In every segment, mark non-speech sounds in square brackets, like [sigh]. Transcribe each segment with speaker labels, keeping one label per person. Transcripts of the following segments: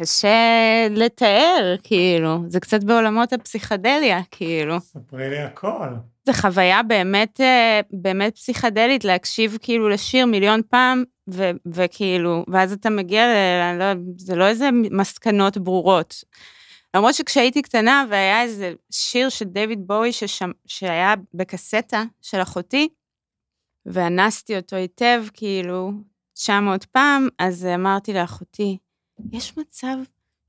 Speaker 1: קשה לתאר, כאילו, זה קצת בעולמות הפסיכדליה, כאילו.
Speaker 2: ספרי לי הכל.
Speaker 1: זו חוויה באמת, אה, באמת פסיכדלית, להקשיב כאילו לשיר מיליון פעם, ו, וכאילו, ואז אתה מגיע, ל, אני לא, זה לא איזה מסקנות ברורות. למרות שכשהייתי קטנה והיה איזה שיר של דיוויד בואי ששם, שהיה בקסטה של אחותי, ואנסתי אותו היטב, כאילו, 900 פעם, אז אמרתי לאחותי, יש מצב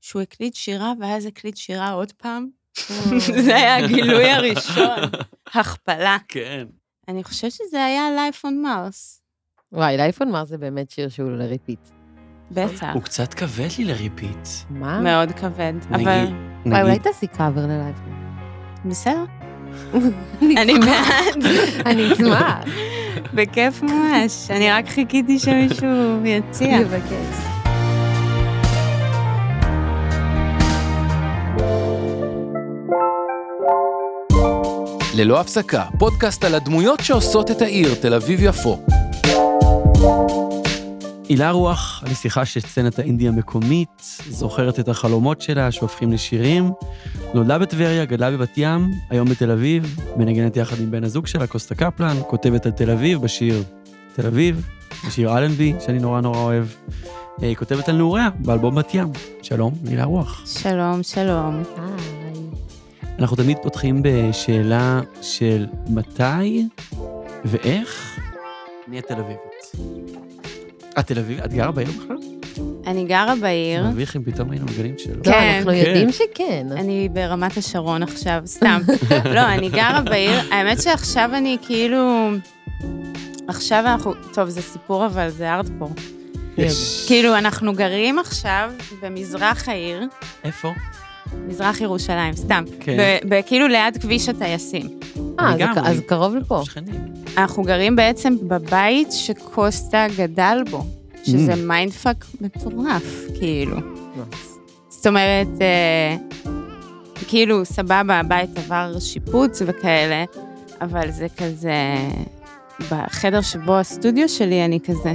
Speaker 1: שהוא הקליט שירה ואז הקליט שירה עוד פעם? [laughs]
Speaker 3: [laughs]
Speaker 1: זה היה הגילוי הראשון, [laughs] הכפלה.
Speaker 4: כן.
Speaker 1: אני חושבת שזה היה Life on Mars,
Speaker 3: וואי, לאייפון מר זה באמת שיר שהוא לריפיט.
Speaker 1: בטח,
Speaker 4: הוא קצת כבד לי לריפיט.
Speaker 3: מה?
Speaker 1: מאוד כבד, אבל
Speaker 4: נגיד,
Speaker 3: וואי, אולי
Speaker 4: נגיד,
Speaker 3: תעשי קאבר ללייפון.
Speaker 1: בסדר,
Speaker 3: [laughs]
Speaker 1: אני בעד,
Speaker 3: אני אשמח.
Speaker 1: [laughs] בכיף ממש, אני רק חיכיתי שמישהו יציע.
Speaker 3: יבקש.
Speaker 5: ללא הפסקה, פודקאסט על הדמויות שעושות את העיר תל אביב-יפו.
Speaker 4: הילה רוח, על שיחה שסצנת האינדי המקומית, זוכרת את החלומות שלה שהופכים לשירים. נולדה בטבריה, גדלה בבת ים, היום בתל אביב, מנגנת יחד עם בן הזוג שלה, קוסטה קפלן, כותבת על תל אביב בשיר תל אביב, בשיר אלנבי, שאני נורא נורא אוהב. אה, היא כותבת על נעוריה, באלבום בת ים. שלום, הילה רוח.
Speaker 1: שלום, שלום.
Speaker 3: אה, היי.
Speaker 4: אנחנו תמיד פותחים בשאלה של מתי ואיך נהיה תל אביבית. את תל אביב? את גרה בעיר בכלל?
Speaker 1: אני גרה בעיר,
Speaker 4: מביך אם פתאום היינו מגלים שלא.
Speaker 3: לא,
Speaker 1: כן.
Speaker 3: אנחנו יודעים שכן.
Speaker 1: אני ברמת השרון עכשיו, סתם. לא, אני גרה בעיר. האמת שעכשיו אני כאילו... עכשיו אנחנו... טוב, זה סיפור, אבל זה ארדקור.
Speaker 4: יש.
Speaker 1: כאילו, אנחנו גרים עכשיו במזרח העיר,
Speaker 4: איפה?
Speaker 1: מזרח ירושלים, סתם.
Speaker 4: כן.
Speaker 1: ב- ב- כאילו ליד כביש הטייסים.
Speaker 3: אה, אז-
Speaker 4: לגמרי.
Speaker 3: אז
Speaker 1: [laughs]
Speaker 3: קרוב לפה.
Speaker 4: שכנים.
Speaker 1: אנחנו גרים בעצם בבית שקוסטה גדל בו, שזה
Speaker 4: Mm. לא.
Speaker 1: מיינדפאק מטורף, כאילו. זאת אומרת, אה, כאילו, סבבה, הבית עבר שיפוץ וכאלה, אבל זה כזה... בחדר שבו הסטודיו שלי אני כזה,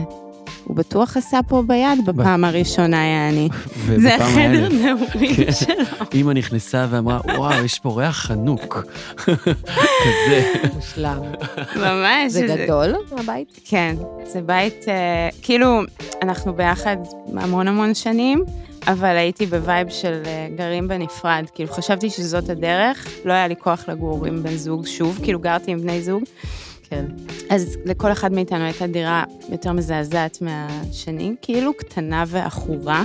Speaker 1: הוא בטוח עשה פה ביד בפעם הראשונה, יעני. זה
Speaker 4: ובפעם
Speaker 1: החדר
Speaker 4: האלף, כן.
Speaker 1: נעורים שלו.
Speaker 4: אימא נכנסה ואמרה, וואו, יש פה ריח חנוק. כזה.
Speaker 3: מושלם.
Speaker 1: ממש.
Speaker 3: זה גדול, הבית?
Speaker 1: כן, זה בית, אה, כאילו, אנחנו ביחד המון המון שנים, אבל הייתי בווייב של אה, גרים בנפרד. כאילו, חשבתי שזאת הדרך, לא היה לי כוח לגור עם בן זוג שוב, כאילו, גרתי עם בני זוג,
Speaker 3: כן.
Speaker 1: אז לכל אחד מאיתנו הייתה דירה יותר מזעזעת מהשני, כאילו, קטנה ועכורה.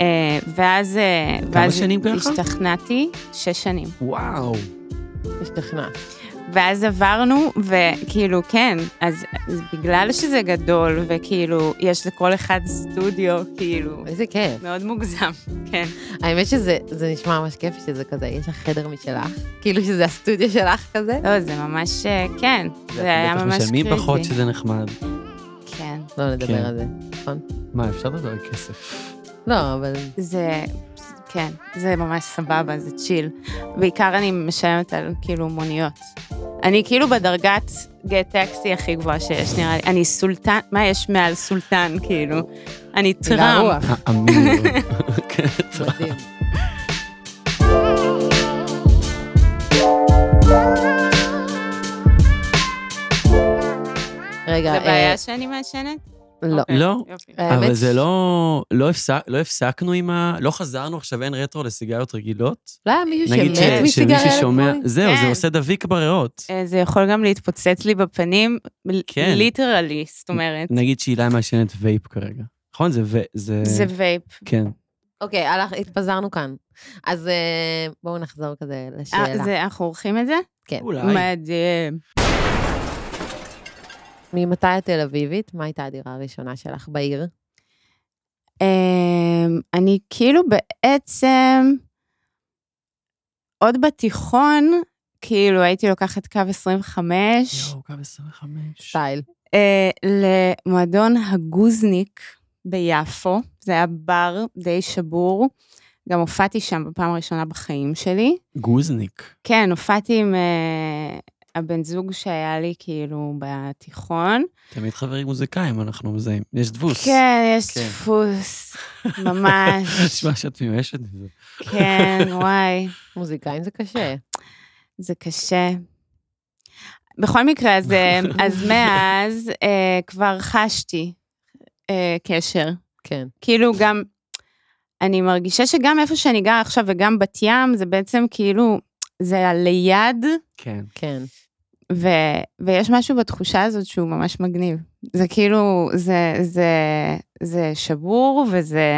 Speaker 1: אה, ואז, אה,
Speaker 4: כמה
Speaker 1: ואז
Speaker 4: שנים ביחד?
Speaker 1: השתכנעתי, שש שנים.
Speaker 4: וואו.
Speaker 3: השתכנעת.
Speaker 1: ואז עברנו, וכאילו, כן, אז, אז בגלל שזה גדול, וכאילו, יש לכל אחד סטודיו, כאילו,
Speaker 3: איזה כיף.
Speaker 1: מאוד מוגזם, [laughs] כן.
Speaker 3: האמת שזה זה נשמע ממש כיף שזה כזה, יש לך חדר משלך, כאילו שזה הסטודיו שלך כזה.
Speaker 1: לא, זה ממש, אה, כן, זה היה ממש
Speaker 4: בטח
Speaker 1: קריטי.
Speaker 4: משלמים פחות שזה נחמד.
Speaker 1: כן.
Speaker 3: לא
Speaker 4: כן.
Speaker 3: נדבר על זה.
Speaker 4: מה, אפשר לדבר על כסף?
Speaker 3: לא, אבל
Speaker 1: זה, כן, זה ממש סבבה, זה צ'יל. בעיקר אני משלמת על, כאילו, מוניות. אני כאילו בדרגת גט טקסי הכי גבוהה שיש, נראה לי. אני סולטן, מה יש מעל סולטן, כאילו? אני
Speaker 3: מילה
Speaker 1: טראמפ.
Speaker 3: רוח.
Speaker 4: האמיר.
Speaker 1: [laughs]
Speaker 4: כן, טוב.
Speaker 3: מדהים. רגע,
Speaker 1: זה
Speaker 3: אה,
Speaker 1: בעיה שאני מעשנת?
Speaker 3: לא.
Speaker 1: אוקיי,
Speaker 4: לא.
Speaker 1: יופי.
Speaker 3: האמת
Speaker 4: אבל זה
Speaker 3: ש-
Speaker 4: לא... לא הפסק- לא הפסקנו עם ה... לא חזרנו עכשיו, אין רטרו לסיגריות רגילות.
Speaker 3: לא היה מישהו
Speaker 4: נגיד ש-
Speaker 3: שמת מסיגריה
Speaker 4: שמישהו שומע...
Speaker 3: אלקטרונית?
Speaker 4: זהו, זה
Speaker 1: כן.
Speaker 4: עושה דביק בריאות.
Speaker 1: אה, זה יכול גם להתפוצץ לי בפנים,
Speaker 4: כן.
Speaker 1: כן. ליטרלי, זאת אומרת.
Speaker 4: נגיד שהילה מעשנת וייפ כרגע. נכון? זה ו... זה...
Speaker 1: זה וייפ.
Speaker 4: כן.
Speaker 3: אוקיי, הלך, התפזרנו כאן. אז אה, בואו נחזור כזה
Speaker 1: אה,
Speaker 3: לשאלה.
Speaker 1: זה, אנחנו עורכים את זה?
Speaker 3: כן.
Speaker 4: אולי.
Speaker 1: מדהים.
Speaker 3: ממתי את תל אביבית? מה הייתה הדירה הראשונה שלך בעיר?
Speaker 1: אמ, אני כאילו בעצם, עוד בתיכון, כאילו הייתי לוקחת קו 25
Speaker 4: יואו, קו 25.
Speaker 3: סטייל.
Speaker 1: אה, למועדון הגוזניק ביפו, זה היה בר די שבור, גם הופעתי שם בפעם הראשונה בחיים שלי.
Speaker 4: גוזניק.
Speaker 1: כן, הופעתי עם אה, הבן זוג שהיה לי כאילו בתיכון.
Speaker 4: תמיד חברים מוזיקאים, אנחנו מזהים. יש דפוס. [laughs]
Speaker 1: כן, יש
Speaker 5: כן.
Speaker 1: דפוס, ממש.
Speaker 4: תשמע שאת מיואשת מזה.
Speaker 1: כן, וואי,
Speaker 3: מוזיקאים זה קשה.
Speaker 1: זה קשה. בכל מקרה, אז, אה, אז מאז אה, כבר חשתי אה, קשר.
Speaker 3: כן.
Speaker 1: כאילו גם, אני מרגישה שגם איפה שאני גרה עכשיו וגם בת ים, זה בעצם כאילו, זה על ליד,
Speaker 4: כן.
Speaker 3: כן.
Speaker 1: ו, ויש משהו בתחושה הזאת שהוא ממש מגניב. זה כאילו, זה, זה, זה שבור וזה,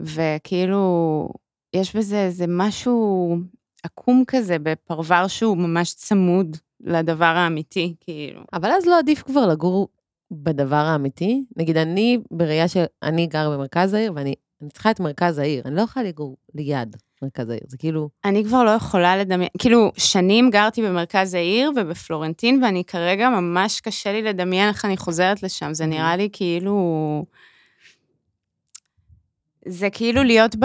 Speaker 1: וכאילו, יש בזה איזה משהו עקום כזה בפרבר שהוא ממש צמוד לדבר האמיתי, כאילו.
Speaker 3: אבל אז לא עדיף כבר לגור בדבר האמיתי? נגיד, אני בראייה של... אני גר במרכז העיר, ואני אני צריכה את מרכז העיר. אני לא יכולה לגור ליד מרכז העיר. זה כאילו...
Speaker 1: אני כבר לא יכולה לדמיין, כאילו, שנים גרתי במרכז העיר ובפלורנטין, ואני כרגע ממש קשה לי לדמיין איך אני חוזרת לשם. זה נראה לי כאילו... זה כאילו להיות ב...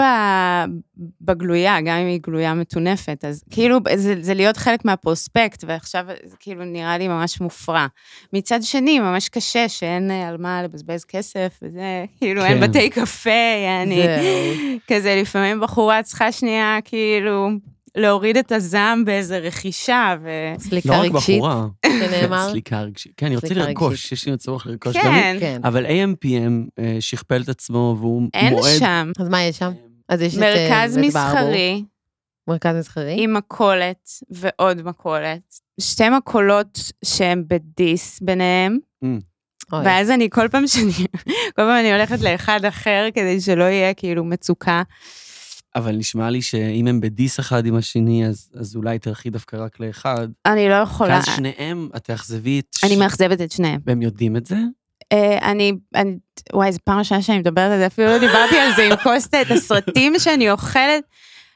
Speaker 1: בגלויה, גם אם היא גלויה מטונפת. אז כאילו, זה, זה להיות חלק מהפרוספקט, ועכשיו זה כאילו נראה לי ממש מופרע. מצד שני, ממש קשה שאין אה, על מה לבזבז כסף, וזה, כאילו, אין
Speaker 4: כן.
Speaker 1: בתי קפה, יעני.
Speaker 3: זהו.
Speaker 1: כזה לפעמים בחורה צריכה שנייה כאילו להוריד את הזעם באיזה רכישה, ו...
Speaker 3: סליקה
Speaker 4: לא רק
Speaker 3: רגשית,
Speaker 4: בחורה.
Speaker 1: [laughs]
Speaker 3: שנאמר.
Speaker 4: [laughs] סליקה רגשית. כן, אני רוצה
Speaker 3: סליקה
Speaker 4: לרכוש,
Speaker 3: רגשית.
Speaker 4: יש לי צורך לרכוש גם לי.
Speaker 1: כן,
Speaker 3: כן.
Speaker 4: אבל AMPM אה, שכפל את עצמו והוא מועד...
Speaker 1: אין שם.
Speaker 3: אז מה יש שם? אז יש את... אה,
Speaker 1: מרכז
Speaker 3: בית ברבור.
Speaker 1: מסחרי
Speaker 3: מרכז מסחרי?
Speaker 1: עם מכולת ועוד מכולת. שתי מכולות שהן בדיס ביניהם,
Speaker 3: אוי,
Speaker 1: ואז אני כל פעם שאני, [laughs] כל פעם אני הולכת לאחד אחר כדי שלא יהיה כאילו מצוקה.
Speaker 4: אבל נשמע לי שאם הם בדיס אחד עם השני, אז, אז אולי תלכי דווקא רק לאחד.
Speaker 1: אני לא יכולה,
Speaker 4: אז שניהם, את תאכזבי את...
Speaker 1: אני מאכזבת את שניהם.
Speaker 4: והם יודעים את זה?
Speaker 1: אה, אני, אני, וואי, זו פעם ראשונה שאני מדברת על זה, אפילו לא דיברתי על זה עם קוסטה, את הסרטים שאני אוכלת.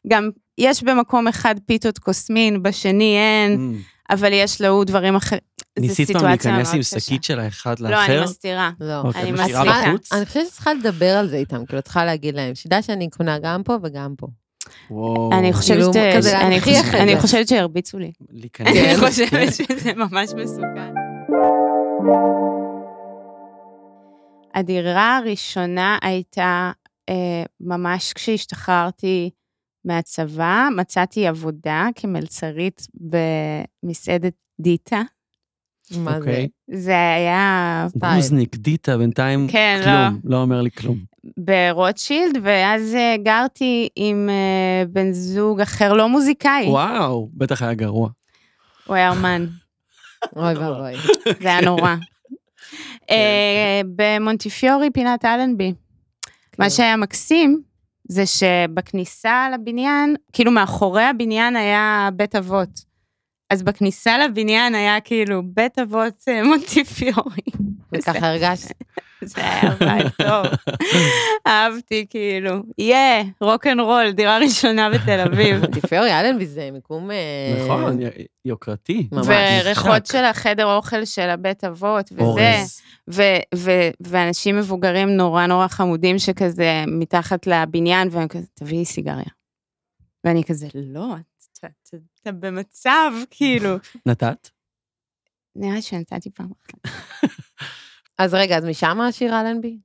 Speaker 1: גם יש במקום אחד פיתות קוסמין, בשני אין,
Speaker 4: Mm.
Speaker 1: אבל יש להוא דברים אחרים. זו
Speaker 4: ניסית פעם
Speaker 1: סיטואציה
Speaker 4: להיכנס
Speaker 1: מאוד
Speaker 4: עם
Speaker 1: קשה.
Speaker 4: שקית של האחד
Speaker 1: לא,
Speaker 4: לאחר?
Speaker 1: אני מסתירה.
Speaker 3: לא.
Speaker 4: אוקיי,
Speaker 1: אני
Speaker 4: את
Speaker 3: אז
Speaker 4: משאירה
Speaker 1: מסכימה.
Speaker 4: בחוץ?
Speaker 3: אני חושבת שצריכה לדבר על זה איתם, כאילו, את צריכה להגיד להם, שתדע שאני קונה גם פה וגם פה.
Speaker 4: וואו.
Speaker 1: אני חושבת
Speaker 3: כאילו,
Speaker 1: ש-
Speaker 3: כזה
Speaker 1: אני
Speaker 3: להנכיח
Speaker 1: חושבת-
Speaker 3: את
Speaker 1: אני
Speaker 3: זה.
Speaker 1: חושבת שירביצו לי.
Speaker 4: להיכנס.
Speaker 1: אני
Speaker 3: כן.
Speaker 1: חושבת שזה ממש מסוכן. הדירה הראשונה הייתה אה, ממש כשהשתחררתי מהצבא, מצאתי עבודה כמלצרית במסעדת דיטה.
Speaker 3: מה זה?
Speaker 4: אוקיי.
Speaker 1: זה היה
Speaker 4: גוזניק, דיטה, בינתיים
Speaker 1: כן,
Speaker 4: כלום. לא אומר לי כלום.
Speaker 1: ברוטשילד, ואז אה, גרתי עם אה, בן זוג אחר, לא מוזיקאי,
Speaker 4: וואו, בטח היה גרוע.
Speaker 1: הוא היה אומן.
Speaker 3: אוי ואבוי.
Speaker 1: זה היה נורא. אה, במונטיפיורי, פינת אלנבי.
Speaker 3: כן.
Speaker 1: מה
Speaker 3: כאילו,
Speaker 1: שהיה מקסים, זה שבכניסה לבניין, כאילו מאחורי הבניין היה בית אבות. אז בכניסה לבניין היה כאילו בית אבות אה, [laughs] מונטיפיורי.
Speaker 3: וככה
Speaker 4: [laughs]
Speaker 3: הרגשת.
Speaker 1: זה היה בית טוב. אהבתי כאילו, יהיה, רול, דירה ראשונה בתל אביב.
Speaker 3: מונטיפיורי אלנבי זה מיקום... אה,
Speaker 4: נכון, י- יוקרתי.
Speaker 3: ממש.
Speaker 1: וריחות
Speaker 4: נחשק.
Speaker 1: של החדר אוכל של הבית אבות, וזה.
Speaker 4: אורז.
Speaker 1: ו- ו- ואנשים מבוגרים נורא נורא חמודים שכזה מתחת לבניין, והם כזה, תביאי סיגריה. ואני כזה, לא, אתה- אתה- אתה
Speaker 4: [laughs]
Speaker 1: במצב, כאילו.
Speaker 4: נתת?
Speaker 1: נראה לי שנתתי פעם אחת.
Speaker 3: אז רגע, אז משם השיר אלנבי?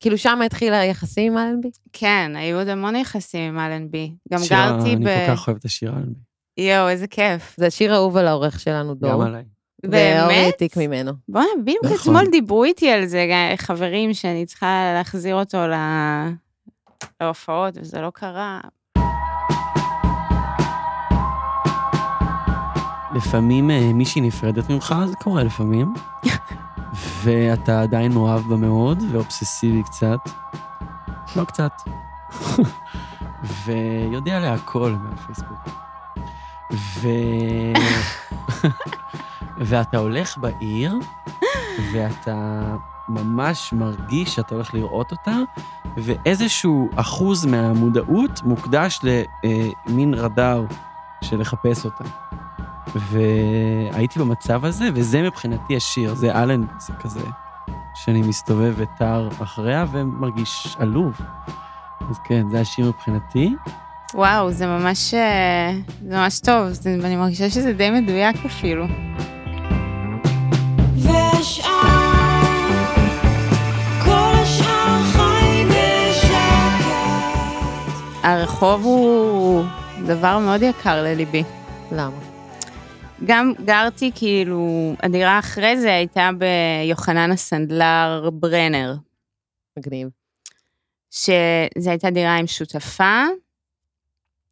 Speaker 3: כאילו שם התחיל היחסים עם אלנבי?
Speaker 1: כן, היו עוד המון יחסים עם אלנבי. גם
Speaker 4: שירה,
Speaker 1: גרתי
Speaker 4: אני
Speaker 1: ב...
Speaker 4: כל כך אוהב את השיר על
Speaker 1: יואו, איזה כיף.
Speaker 3: זה השיר אהוב על העורך שלנו,
Speaker 4: גם
Speaker 3: דור.
Speaker 4: עליי.
Speaker 3: ואורי
Speaker 1: באמת?
Speaker 3: העתיק ממנו.
Speaker 1: בוא'נה, בדיוק
Speaker 4: נכון.
Speaker 1: אתמול דיברו איתי על זה, גם חברים, שאני צריכה להחזיר אותו ל- להופעות, וזה לא קרה.
Speaker 4: לפעמים אה, מישהי נפרדת ממך, זה קורה לפעמים, ואתה עדיין מאוהב בה מאוד, ואובססיבי קצת, לא קצת, ויודע עליה הכל מהפייסבוק. ו... ואתה הולך בעיר, ואתה ממש מרגיש שאתה הולך לראות אותה, ואיזשהו אחוז מהמודעות מוקדש למין רדאר של לחפש אותה. והייתי במצב הזה, וזה מבחינתי השיר, זה אלן, זה כזה, שאני מסתובב ותר אחריה ומרגיש עלוב. אז כן, זה השיר מבחינתי.
Speaker 1: וואו, זה ממש, אה, זה ממש טוב, זה, ואני מרגישה שזה די מדויק אפילו.
Speaker 2: והשאר, כל השאר חי בשקט.
Speaker 1: הרחוב הוא דבר מאוד יקר לליבי.
Speaker 3: למה?
Speaker 1: גם גרתי, כאילו, הדירה אחרי זה הייתה ביוחנן הסנדלר ברנר,
Speaker 3: מגניב.
Speaker 1: שזו הייתה דירה עם שותפה,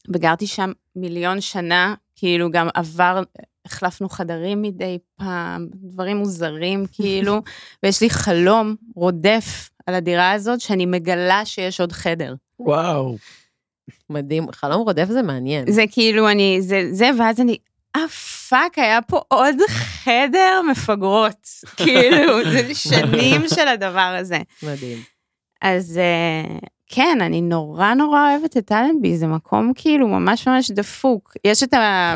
Speaker 1: וגרתי שם מיליון שנה, כאילו גם עבר, החלפנו חדרים מדי פעם, דברים מוזרים כאילו, ויש לי חלום רודף על הדירה הזאת, שאני מגלה שיש עוד חדר.
Speaker 4: וואו.
Speaker 3: מדהים. חלום רודף זה מעניין.
Speaker 1: זה כאילו, אני, זה, זה, ואז אני, אה, פאק, היה פה עוד חדר מפגרות. כאילו, זה שנים של הדבר הזה.
Speaker 3: מדהים.
Speaker 1: אז אה, כן, אני נורא נורא אוהבת את אלנבי, זה מקום כאילו ממש ממש דפוק. יש את, ה...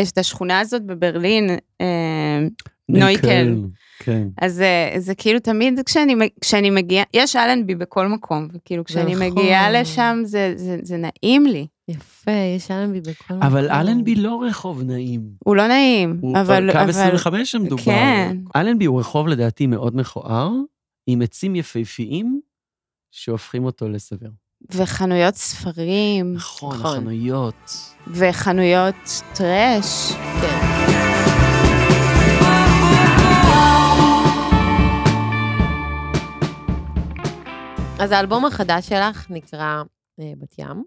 Speaker 1: יש את השכונה הזאת בברלין, אה, נויקל.
Speaker 4: כן.
Speaker 1: אז אה, זה כאילו תמיד כשאני, מ- כשאני מגיעה, יש אלנבי בכל מקום, וכאילו כשאני
Speaker 3: נכון.
Speaker 1: מגיעה לשם זה, זה, זה נעים לי.
Speaker 3: יפה, יש אלנבי בכל
Speaker 4: אבל אלנבי לא רחוב נעים.
Speaker 1: הוא לא נעים,
Speaker 4: הוא
Speaker 1: אבל...
Speaker 4: אבל... קו
Speaker 1: אבל-
Speaker 4: 25 שמדובר.
Speaker 1: כן.
Speaker 4: אלנבי הוא רחוב לדעתי מאוד מכוער, עם עצים יפהפיים שהופכים אותו לסביר.
Speaker 1: וחנויות ספרים,
Speaker 4: נכון,
Speaker 3: נכון.
Speaker 4: החנויות.
Speaker 1: וחנויות טרש.
Speaker 3: כן. אז האלבום החדש שלך נקרא אה, בת ים.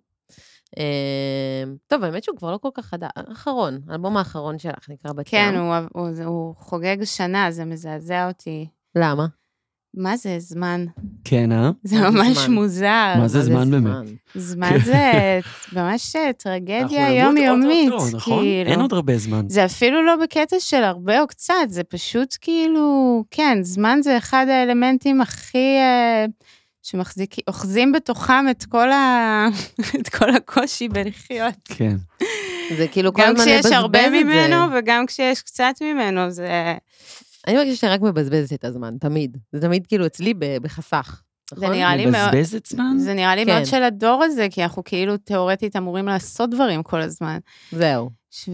Speaker 3: אה, טוב, האמת שהוא כבר לא כל כך חדש, האחרון, האלבום האחרון שלך נקרא בת ים.
Speaker 1: כן, הוא, הוא, הוא חוגג שנה, זה מזעזע אותי.
Speaker 3: למה?
Speaker 1: מה זה זמן?
Speaker 4: כן, אה?
Speaker 1: זה
Speaker 3: מה זה
Speaker 1: ממש
Speaker 3: זמן?
Speaker 1: מוזר.
Speaker 4: מה זה? זמן באמת.
Speaker 1: זמן זה ממש אה, טרגדיה
Speaker 4: כן. אנחנו נמות
Speaker 1: יומיומית,
Speaker 4: אוטוטו, נכון? אין
Speaker 1: כאילו.
Speaker 4: עוד הרבה זמן.
Speaker 1: זה אפילו לא בקטע של הרבה או קצת, זה פשוט כאילו, כן, זמן זה אחד האלמנטים הכי... אה, שמחזיקים, אוחזים בתוכם את כל, ה... [laughs] את כל הקושי בלחיות.
Speaker 4: כן.
Speaker 3: זה כאילו כל הזמן
Speaker 1: גם
Speaker 3: מבזבז את זה. אה,
Speaker 1: כשיש הרבה ממנו וגם כשיש קצת ממנו, זה,
Speaker 3: אני מרגישה שאני רק מבזבזת את הזמן, תמיד. זה תמיד כאילו אצלי ב- בחסך.
Speaker 1: זה
Speaker 3: נכון?
Speaker 1: נראה לי מאוד...
Speaker 4: מבזבזת זמן?
Speaker 1: זה נראה לי
Speaker 3: כן.
Speaker 1: מאוד של הדור הזה, כי אנחנו כאילו תיאורטית אמורים לעשות דברים כל הזמן.
Speaker 3: זהו.
Speaker 1: ש-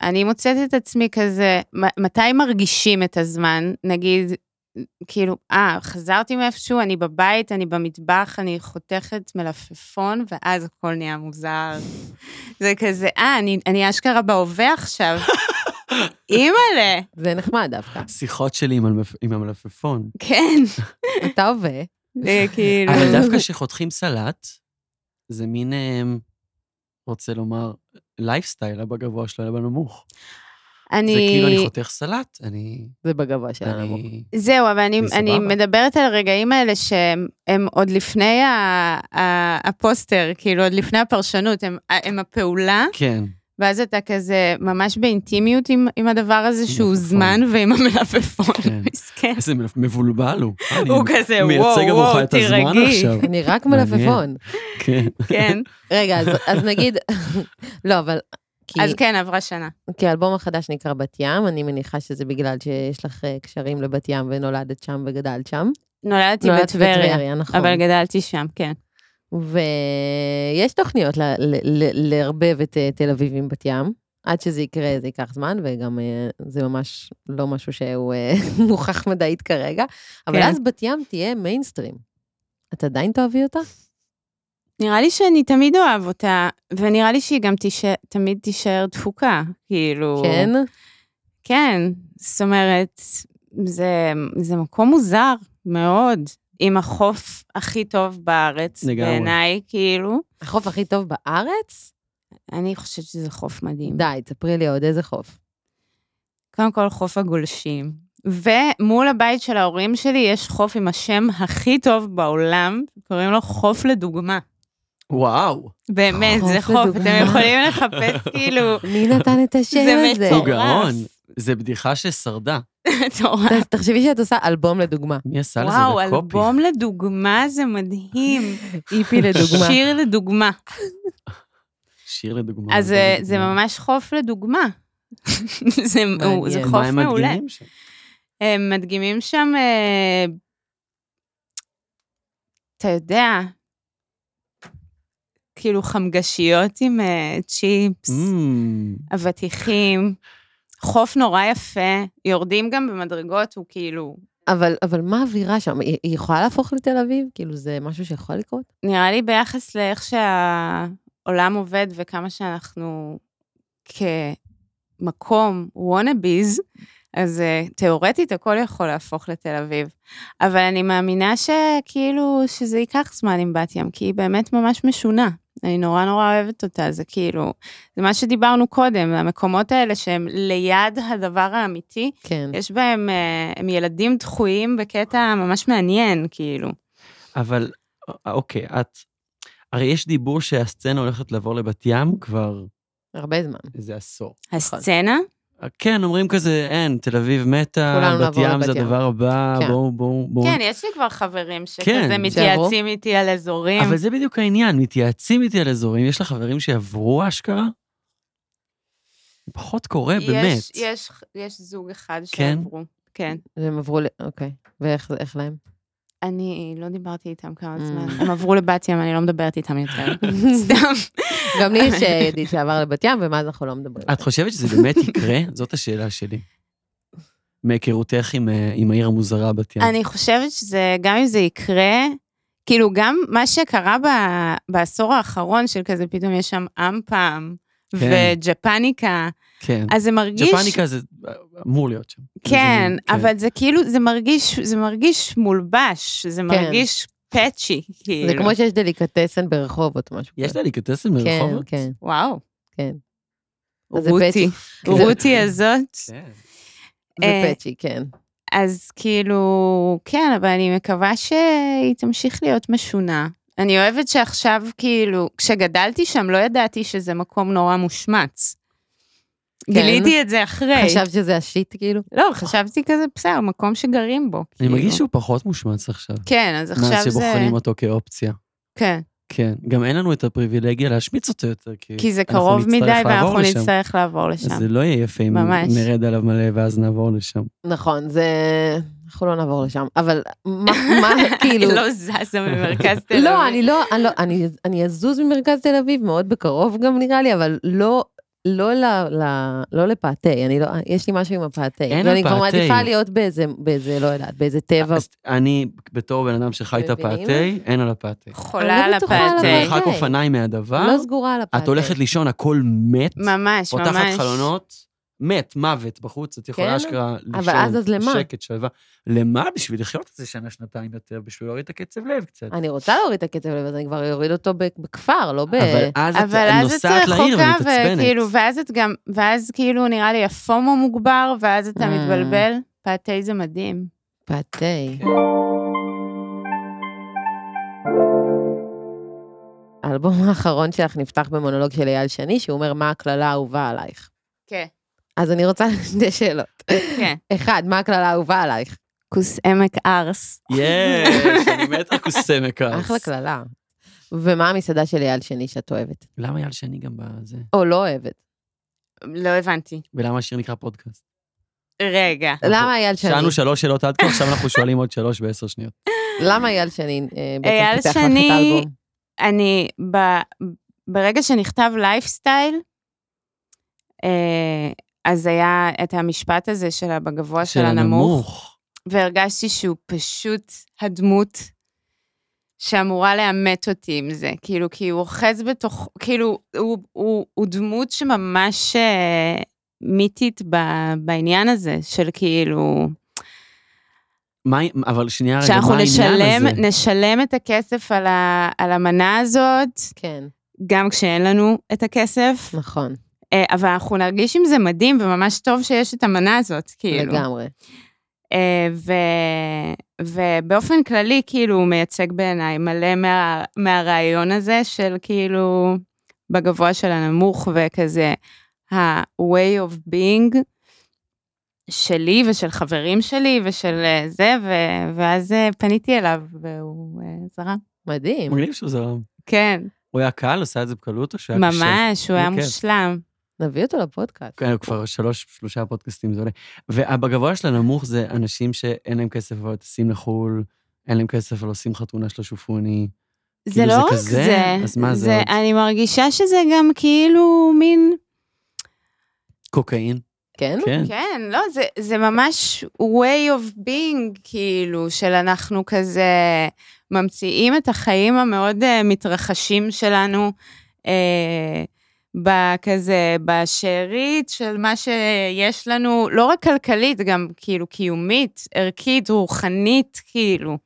Speaker 1: ואני מוצאת את עצמי כזה, מ- מתי מרגישים את הזמן? נגיד, כאילו, אה, חזרתי מאיפשהו, אני בבית, אני במטבח, אני חותכת מלפפון, ואז הכל נהיה מוזר. זה כזה, אה, אני, אני אשכרה בהווה עכשיו. אימא'לה,
Speaker 3: זה נחמד
Speaker 4: [laughs]
Speaker 3: דווקא.
Speaker 4: שיחות שלי עם המלפ- עם המלפפון.
Speaker 1: כן.
Speaker 3: אתה הווה,
Speaker 1: זה כאילו...
Speaker 4: אבל דווקא כשחותכים סלט, זה מין, אה, רוצה לומר, לייפסטייל, הבא גבוה שלו, הבא נמוך.
Speaker 1: אני... כן,
Speaker 4: זה כאילו אני חותך סלט, אני...
Speaker 3: זה בגבוה שלנו.
Speaker 4: אני...
Speaker 1: זהו, אבל אני,
Speaker 4: אני
Speaker 1: אני
Speaker 4: סבבה.
Speaker 1: מדברת על הרגעים האלה שהם הם עוד לפני ה, ה, הפוסטר, כאילו עוד לפני הפרשנות, הם, הם הפעולה,
Speaker 4: כן.
Speaker 1: ואז אתה כזה ממש באינטימיות עם, עם הדבר הזה שהוא
Speaker 4: מלפפון.
Speaker 1: זמן ועם המלפפון,
Speaker 4: כן.
Speaker 1: [laughs] מסכן.
Speaker 4: איזה מלפ- מבולבל הוא. אני
Speaker 1: [laughs] הוא כזה, וואו,
Speaker 4: מייצג עבורך
Speaker 1: וואו,
Speaker 4: את הזמן
Speaker 1: תירגעי.
Speaker 4: עכשיו.
Speaker 3: אני רק
Speaker 4: מעניין.
Speaker 3: מלפפון.
Speaker 4: כן.
Speaker 1: [laughs]
Speaker 3: [laughs]
Speaker 1: כן,
Speaker 3: רגע, אז-
Speaker 4: [laughs]
Speaker 3: אז נגיד, [laughs] לא, אבל... כי-
Speaker 1: אז כן, עברה שנה.
Speaker 3: כי האלבום החדש נקרא בת ים, אני מניחה שזה בגלל שיש לך אה, קשרים לבת ים ונולדת שם וגדלת שם.
Speaker 1: נולדתי
Speaker 3: נולדת
Speaker 1: בטבריה,
Speaker 3: נכון.
Speaker 1: אבל גדלתי שם, כן.
Speaker 3: ויש תוכניות ל- ל- ל- לערבב את אה, תל אביב עם בת ים. עד שזה יקרה זה ייקח זמן, וגם אה, זה ממש לא משהו שהוא אה, [laughs] מוכח מדעית כרגע. אבל
Speaker 1: כן.
Speaker 3: אז בת ים תהיה מיינסטרים. את עדיין תאהבי אותה?
Speaker 1: נראה לי שאני תמיד אוהב אותה, ונראה לי שהיא גם תישאר, תמיד תישאר דפוקה, כאילו...
Speaker 3: כן?
Speaker 1: כן, זאת אומרת, זה, זה מקום מוזר מאוד, עם החוף הכי טוב בארץ,
Speaker 4: לגמרי.
Speaker 1: בעיניי, כאילו.
Speaker 3: החוף הכי טוב בארץ?
Speaker 1: אני חושבת שזה חוף מדהים.
Speaker 3: די, תספרי לי עוד איזה חוף.
Speaker 1: קודם כל, חוף הגולשים. ומול הבית של ההורים שלי יש חוף עם השם הכי טוב בעולם, קוראים לו חוף לדוגמה.
Speaker 4: וואו.
Speaker 1: באמת,
Speaker 3: חוף
Speaker 1: זה חוף,
Speaker 3: לדוגמה.
Speaker 1: אתם יכולים לחפש
Speaker 3: [laughs]
Speaker 1: כאילו,
Speaker 3: מי נתן
Speaker 1: [laughs]
Speaker 3: את השם
Speaker 1: זה
Speaker 3: הזה?
Speaker 4: הוא
Speaker 1: מטורף.
Speaker 4: גאון. זה בדיחה ששרדה.
Speaker 1: מטורף.
Speaker 3: ת- תחשבי שאת עושה אלבום לדוגמה.
Speaker 4: מי עשה לזה
Speaker 1: וואו,
Speaker 4: בקופי?
Speaker 1: אלבום לדוגמה זה מדהים.
Speaker 3: איפי לדוגמה.
Speaker 1: שיר לדוגמה.
Speaker 4: שיר לדוגמה.
Speaker 1: אז
Speaker 4: אלבום
Speaker 1: אה,
Speaker 4: לדוגמה.
Speaker 1: זה ממש חוף לדוגמה. [laughs] זה, הוא, זה
Speaker 3: מעניין.
Speaker 1: חוף
Speaker 4: מה הם
Speaker 1: מעולה.
Speaker 4: מדגימים שם?
Speaker 1: הם מדגימים שם, אה, אתה יודע, כאילו חמגשיות עם אה, צ'יפס,
Speaker 4: Mm,
Speaker 1: אבטיחים, חוף נורא יפה, יורדים גם במדרגות, הוא כאילו...
Speaker 3: אבל, אבל מה האווירה שם? היא, היא יכולה להפוך לתל אביב? כאילו, זה משהו שיכול לקרות?
Speaker 1: נראה לי ביחס לאיך שהעולם עובד וכמה שאנחנו כמקום וונאביז, אז אה, תיאורטית הכל יכול להפוך לתל אביב. אבל אני מאמינה שכאילו, שזה ייקח זמן עם בת ים, כי היא באמת ממש משונה. אני נורא נורא אוהבת אותה, זה כאילו, זה מה שדיברנו קודם, המקומות האלה שהם ליד הדבר האמיתי,
Speaker 3: כן.
Speaker 1: יש בהם, אה, הם ילדים דחויים בקטע ממש מעניין, כאילו.
Speaker 4: אבל, א- אוקיי, את... הרי יש דיבור שהסצנה הולכת לעבור לבת ים כבר
Speaker 3: הרבה זמן.
Speaker 4: איזה עשור.
Speaker 1: הסצנה?
Speaker 4: כן, אומרים כזה, אין, תל אביב מתה,
Speaker 3: כולנו
Speaker 4: בת
Speaker 3: נעבור
Speaker 4: ים זה
Speaker 3: לבת ים."
Speaker 4: הדבר הבא,
Speaker 3: כן.
Speaker 4: בואו, בואו, בואו.
Speaker 1: כן, יש לי כבר חברים שכזה
Speaker 4: כן.
Speaker 1: מתייעצים איתי על אזורים.
Speaker 4: אבל זה בדיוק העניין, מתייעצים איתי על אזורים, יש לך חברים שעברו אשכרה? פחות קורה,
Speaker 1: יש-
Speaker 4: באמת.
Speaker 1: יש- יש זוג אחד
Speaker 4: כן?
Speaker 1: שעברו. כן.
Speaker 3: והם עברו ל... אוקיי. ואיך איך להם?
Speaker 1: אני לא דיברתי איתם כמה
Speaker 3: Mm.
Speaker 1: זמן. הם עברו לבת ים, אני לא מדברת איתם
Speaker 3: [laughs]
Speaker 1: יותר. סתם.
Speaker 3: גם לי
Speaker 4: [laughs]
Speaker 3: יש אה, ידיד שעבר לבת ים, ומאז אנחנו לא מדברים.
Speaker 4: את חושבת שזה באמת
Speaker 3: [laughs]
Speaker 4: יקרה? זאת השאלה שלי. מהיכרותך עם, אה, עם העיר המוזרה בת ים.
Speaker 1: אני חושבת שזה, גם אם זה יקרה, כאילו, גם מה שקרה ב- בעשור האחרון, של כזה פתאום יש שם עם פעם,
Speaker 4: כן.
Speaker 1: וג'פניקה,
Speaker 4: כן.
Speaker 1: אז זה מרגיש...
Speaker 4: ג'פניקה זה אמור להיות שם.
Speaker 1: כן,
Speaker 4: זה-
Speaker 1: אבל זה כאילו, זה מרגיש, זה מרגיש מולבש, זה מרגיש פאצ'י, כאילו.
Speaker 3: כן. זה כמו שיש דליקטסן ברחובות, משהו
Speaker 4: יש
Speaker 3: כזה.
Speaker 4: דליקטסן ברחובות?
Speaker 3: אה, כן, כן,
Speaker 1: וואו.
Speaker 3: כן. אז זה
Speaker 1: רותי. כן.
Speaker 3: פצ'י. זה-
Speaker 1: רותי הזאת.
Speaker 4: כן.
Speaker 3: זה
Speaker 1: אה,
Speaker 3: פצ'י, כן.
Speaker 4: אוקיי.
Speaker 1: אז כאילו, כן, אבל אני מקווה שהיא תמשיך להיות משונה. אני אוהבת שעכשיו, כאילו, כשגדלתי שם, לא ידעתי שזה מקום נורא מושמץ.
Speaker 3: כן.
Speaker 1: גיליתי את זה אחרי.
Speaker 3: חשבת שזה השיט, כאילו?
Speaker 1: לא, חשבתי כזה, בסדר, מקום שגרים בו.
Speaker 4: אני
Speaker 1: כאילו.
Speaker 4: מרגיש שהוא פחות מושמץ עכשיו.
Speaker 1: כן, אז עכשיו
Speaker 4: מאז
Speaker 1: זה...
Speaker 4: שבוחנים אותו כאופציה.
Speaker 1: כן,
Speaker 4: כן. גם אין לנו את הפריבילגיה להשמיץ אותו יותר,
Speaker 1: כי זה
Speaker 4: אנחנו
Speaker 1: קרוב
Speaker 4: נצטרך
Speaker 1: מדי
Speaker 4: לעבור
Speaker 1: ואנחנו
Speaker 4: לשם.
Speaker 1: נצטרך לעבור לשם.
Speaker 4: אז זה לא יהיה יפה אם
Speaker 1: ממש.
Speaker 4: נרד עליו מלא ואז נעבור לשם.
Speaker 3: נכון, זה... אנחנו לא נעבור לשם, אבל מה,
Speaker 4: [laughs]
Speaker 3: מה, כאילו... [laughs]
Speaker 1: היא לא זזה [laughs] ממרכז תל אביב.
Speaker 3: לא, אני לא, אני לא, אני, אני אזוז ממרכז תל אביב, מאוד בקרוב גם נראה לי, אבל לא, לא, ל, ל, לא לפאתי, אני לא, יש לי משהו עם הפאתי.
Speaker 4: אין
Speaker 3: ואני כבר
Speaker 4: הפאתי. אה,
Speaker 3: מעדיפה להיות באיזה, באיזה, לא יודעת, באיזה טבע.
Speaker 4: אז אני, בתור בן אדם שחי את
Speaker 3: מבינים?
Speaker 4: הפאתי, אין על הפאתי.
Speaker 1: חולה
Speaker 3: אני
Speaker 1: על
Speaker 3: לא בטוחה על
Speaker 1: הפאתי.
Speaker 3: הפאתי.
Speaker 4: מרחק אופניים מהדבר,
Speaker 3: לא סגורה על הפאתי.
Speaker 4: את הולכת לישון, הכל מת,
Speaker 1: ממש, ממש.
Speaker 4: פותחת חלונות, מת, מוות בחוץ, את יכולה
Speaker 3: כן?
Speaker 4: אשכרה לישון.
Speaker 3: אז- אז למה?
Speaker 4: שקט, שלווה. למה? בשביל לחיות את זה שנה, שנתיים יותר, בשביל להוריד את הקצב לב קצת.
Speaker 3: אני רוצה להוריד את הקצב לב, אז אני כבר אוריד אותו ב- בכפר, לא ב...
Speaker 4: אבל אז את
Speaker 1: אבל
Speaker 4: את
Speaker 1: אז את
Speaker 4: נוסעת לעיר
Speaker 1: רחוקה,
Speaker 4: ומתעצבנת. [laughs]
Speaker 1: וכאילו, [laughs] ואז את גם, ואז כאילו נראה לי הפומו מוגבר, ואז אתה
Speaker 3: Mm.
Speaker 1: מתבלבל. פאתי זה מדהים.
Speaker 4: כן.
Speaker 3: פאתי. האלבום האחרון שלך נפתח במונולוג של אייל שני, שהוא אומר מה הקללה האהובה עלייך.
Speaker 1: כן.
Speaker 3: אז אני רוצה [laughs] שתי שאלות.
Speaker 1: כן.
Speaker 3: אחד, מה הקללה האהובה עלייך?
Speaker 1: כוס עמק ארס.
Speaker 4: יש, אני מת על קוסמי כעס.
Speaker 3: אחלה קללה. ומה המסעדה של אייל שני שאת אוהבת?
Speaker 4: למה אייל שני גם בזה?
Speaker 3: או לא אוהבת?
Speaker 1: לא הבנתי.
Speaker 4: ולמה השיר נקרא פודקאסט?
Speaker 1: רגע.
Speaker 3: למה אייל שני?
Speaker 4: שאלנו שלוש שאלות עד כה, עכשיו אנחנו שואלים עוד שלוש בעשר
Speaker 1: [laughs]
Speaker 4: שניות.
Speaker 3: למה אייל שני אה, בעצם
Speaker 1: אייל
Speaker 3: פיתח לך את
Speaker 1: שני-
Speaker 3: האלבום?
Speaker 1: אני, ב, ברגע שנכתב לייפסטייל, אה, אז היה את המשפט הזה שלה בגבוה של הנמוך, והרגשתי שהוא פשוט הדמות שאמורה לאמת אותי עם זה. כאילו, כי הוא אוחז בתוך, כאילו, הוא, הוא, הוא דמות שממש אה, מיתית ב, בעניין הזה, של כאילו,
Speaker 4: מה, אבל
Speaker 3: אה,
Speaker 4: שנייה רגע,
Speaker 1: שאנחנו
Speaker 4: מה העניין
Speaker 1: נשלם,
Speaker 4: הזה?
Speaker 1: נשלם את הכסף על, ה, על המנה הזאת,
Speaker 3: כן,
Speaker 1: גם כשאין לנו את הכסף,
Speaker 3: נכון,
Speaker 1: אה, אבל אנחנו נרגיש עם זה מדהים, וממש טוב שיש את המנה הזאת, כאילו.
Speaker 3: לגמרי.
Speaker 1: אה, ו... ובאופן כללי, כאילו, הוא מייצג בעיניי מלא מה... מהרעיון הזה של כאילו, בגבוה של הנמוך וכזה, ה-way of being שלי ושל חברים שלי ושל אה, זה, ו... ואז אה, פניתי אליו והוא אה, זרם.
Speaker 3: מדהים.
Speaker 4: מגניב שהוא זרם.
Speaker 1: כן,
Speaker 4: לא- הוא היה קל, עשה את זה בקלות, או שהיה קשה?
Speaker 1: ממש, הוא היה
Speaker 4: אוקיי.
Speaker 1: מושלם.
Speaker 3: נביא אותו לפודקאסט.
Speaker 4: כן, כבר שלוש, שלושה פודקאסטים זה עולה. ובגבוה של הנמוך זה אנשים שאין להם כסף אבל טסים לחו"ל, אין להם כסף אבל עושים חתונה של השופוני.
Speaker 1: זה
Speaker 4: כאילו,
Speaker 1: לא
Speaker 4: זה
Speaker 1: רק
Speaker 4: כזה?
Speaker 1: זה.
Speaker 4: אז מה זה עוד?
Speaker 1: אני מרגישה שזה גם כאילו מין...
Speaker 4: קוקאין?
Speaker 3: כן?
Speaker 4: כן.
Speaker 1: כן, לא, זה, זה ממש way of being, כאילו, של אנחנו כזה ממציאים את החיים המאוד אה, מתרחשים שלנו, אה, בכזה, בשארית של מה שיש לנו, לא רק כלכלית, גם כאילו קיומית, ערכית, רוחנית, כאילו.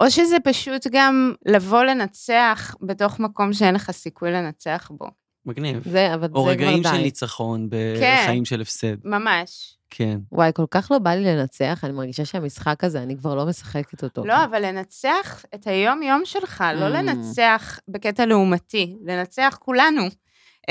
Speaker 1: או שזה פשוט גם לבוא לנצח בתוך מקום שאין לך סיכוי לנצח בו.
Speaker 4: מגניב.
Speaker 3: זה, אבל זה כבר די. כן.
Speaker 4: או רגעים של ניצחון בחיים של הפסד.
Speaker 1: ממש.
Speaker 4: כן.
Speaker 3: וואי, כל כך לא בא לי לנצח, אני מרגישה שהמשחק הזה, אני כבר לא משחקת אותו.
Speaker 1: לא, אבל לנצח את היום-יום שלך, לא
Speaker 3: Mm.
Speaker 1: לנצח בקטע לעומתי, לנצח כולנו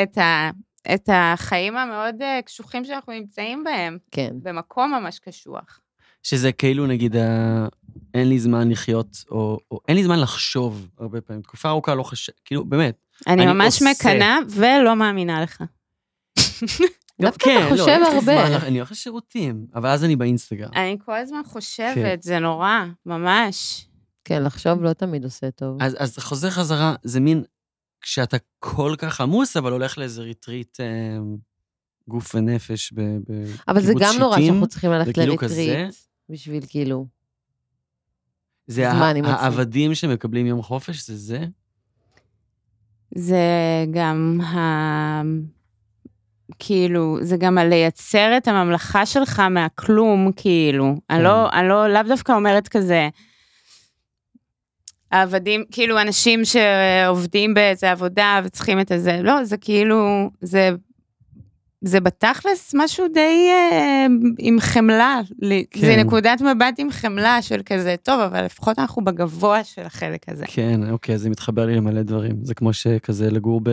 Speaker 1: את, ה, את החיים המאוד אה, קשוחים שאנחנו נמצאים בהם,
Speaker 3: כן.
Speaker 1: במקום ממש קשוח.
Speaker 4: שזה כאילו, נגיד, ה... אין לי זמן לחיות, או, או אין לי זמן לחשוב הרבה פעמים. תקופה ארוכה לא חשב... כאילו, באמת.
Speaker 1: אני,
Speaker 4: אני
Speaker 1: ממש
Speaker 4: עושה.
Speaker 1: מקנאה ולא מאמינה לך.
Speaker 4: גם
Speaker 3: דווקא אתה חושב
Speaker 4: לא, יש לי
Speaker 3: הרבה. אה.
Speaker 4: זמן לח- אני הולך לשירותים, אבל אז אני באינסטגרם.
Speaker 1: אני כל הזמן חושבת, זה נורא, ממש.
Speaker 3: כן, לחשוב לא תמיד עושה טוב.
Speaker 4: אז, אז זה חוזר חזרה, זה מין, כשאתה כל כך עמוס, אבל הולך לאיזה ריטריט אה, גוף ונפש ב- בקיבוץ
Speaker 3: אבל זה גם נורא
Speaker 4: שיטים. כאילו
Speaker 3: שאנחנו צריכים ללכת
Speaker 4: וכאילו
Speaker 3: לריטריט, בשביל כאילו...
Speaker 4: זה
Speaker 3: זמן עם
Speaker 4: ה-
Speaker 3: עצמי.
Speaker 4: העבדים שמקבלים יום חופש, זה זה?
Speaker 1: זה גם ה... כאילו, זה גם הלייצר את הממלכה שלך מהכלום, כאילו. אני לא, אני לא, לאו דווקא אומרת כזה, העבדים, כאילו, אנשים שעובדים באיזה עבודה וצריכים את הזה, לא, זה כאילו, זה, זה בתכלס משהו די אה, עם חמלה. כן. זה
Speaker 4: כן.
Speaker 1: נקודת מבט עם חמלה של כזה, טוב, אבל לפחות אנחנו בגבוה של החלק הזה.
Speaker 4: [laughs] כן, אוקיי, זה מתחבר לי למלא דברים. זה כמו שכזה לגור ב...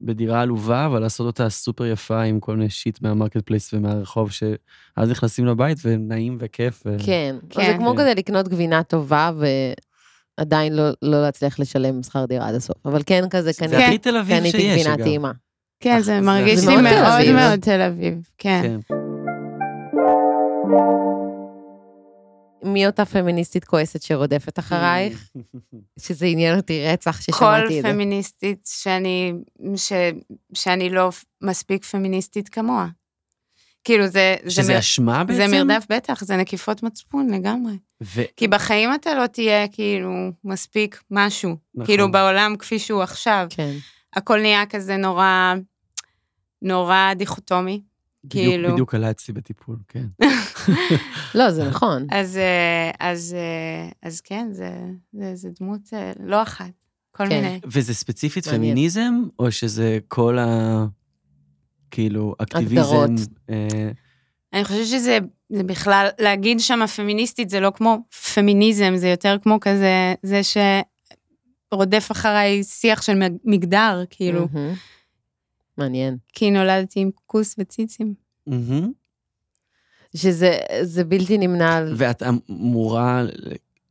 Speaker 4: בדירה עלובה, אבל לעשות אותה סופר יפה עם כל מיני שיט מהמרקט פלייס ומהרחוב, שאז נכנסים לבית ונעים וכיף. ו...
Speaker 3: כן.
Speaker 1: כן.
Speaker 3: אבל זה כמו
Speaker 4: כן.
Speaker 3: כזה לקנות גבינה טובה ועדיין לא- לא להצליח לשלם שכר דירה עד הסוף. אבל כן כזה,
Speaker 4: זה
Speaker 3: קניתי-
Speaker 4: הכי תל אביב שיש,
Speaker 3: קניתי
Speaker 4: אגב.
Speaker 3: גבינה טעימה.
Speaker 1: כן, זה
Speaker 4: אה, זה
Speaker 1: מרגיש
Speaker 3: זה
Speaker 1: לי
Speaker 3: מאוד תל
Speaker 1: מאוד
Speaker 3: אביב.
Speaker 1: מאוד תל אביב, כן.
Speaker 4: כן.
Speaker 3: מי אותה פמיניסטית כועסת שרודפת אחרייך?
Speaker 4: [laughs]
Speaker 3: שזה עניין אותי רצח ששמעתי
Speaker 1: Mm. כל
Speaker 3: את זה.
Speaker 1: פמיניסטית שאני, ש, שאני לא מספיק פמיניסטית כמוה. כאילו זה, זה,
Speaker 4: שזה
Speaker 1: מר-
Speaker 4: אשמה
Speaker 1: זה
Speaker 4: בעצם?
Speaker 1: מרדף בטח, זה נקיפות מצפון לגמרי.
Speaker 4: ו...
Speaker 1: כי בחיים אתה לא תהיה כאילו מספיק משהו,
Speaker 4: נכון.
Speaker 1: כאילו בעולם כפי שהוא עכשיו.
Speaker 3: כן.
Speaker 1: הכל נהיה כזה נורא, נורא דיכוטומי.
Speaker 4: בדיוק-
Speaker 1: כאילו-
Speaker 4: בדיוק קלצתי בטיפול, כן.
Speaker 3: לא, זה נכון.
Speaker 1: אז, אה, אז, אה, אז כן, זה, זה, זה דמות אה, לא אחת, כל
Speaker 3: כן.
Speaker 1: מיני.
Speaker 4: וזה ספציפית
Speaker 3: מעניין.
Speaker 4: פמיניזם, או שזה כל ה... כאילו, אקטיביזם...
Speaker 3: הגדרות.
Speaker 4: אה,
Speaker 1: אני חושבת שזה זה בכלל, להגיד שם פמיניסטית זה לא כמו פמיניזם, זה יותר כמו כזה, זה שרודף אחריי שיח של מג- מגדר, כאילו,
Speaker 3: מהמם. מעניין.
Speaker 1: כי נולדתי עם כוס וציצים.
Speaker 4: מהמם.
Speaker 3: שזה זה בלתי נמנע על...
Speaker 4: ואת אמורה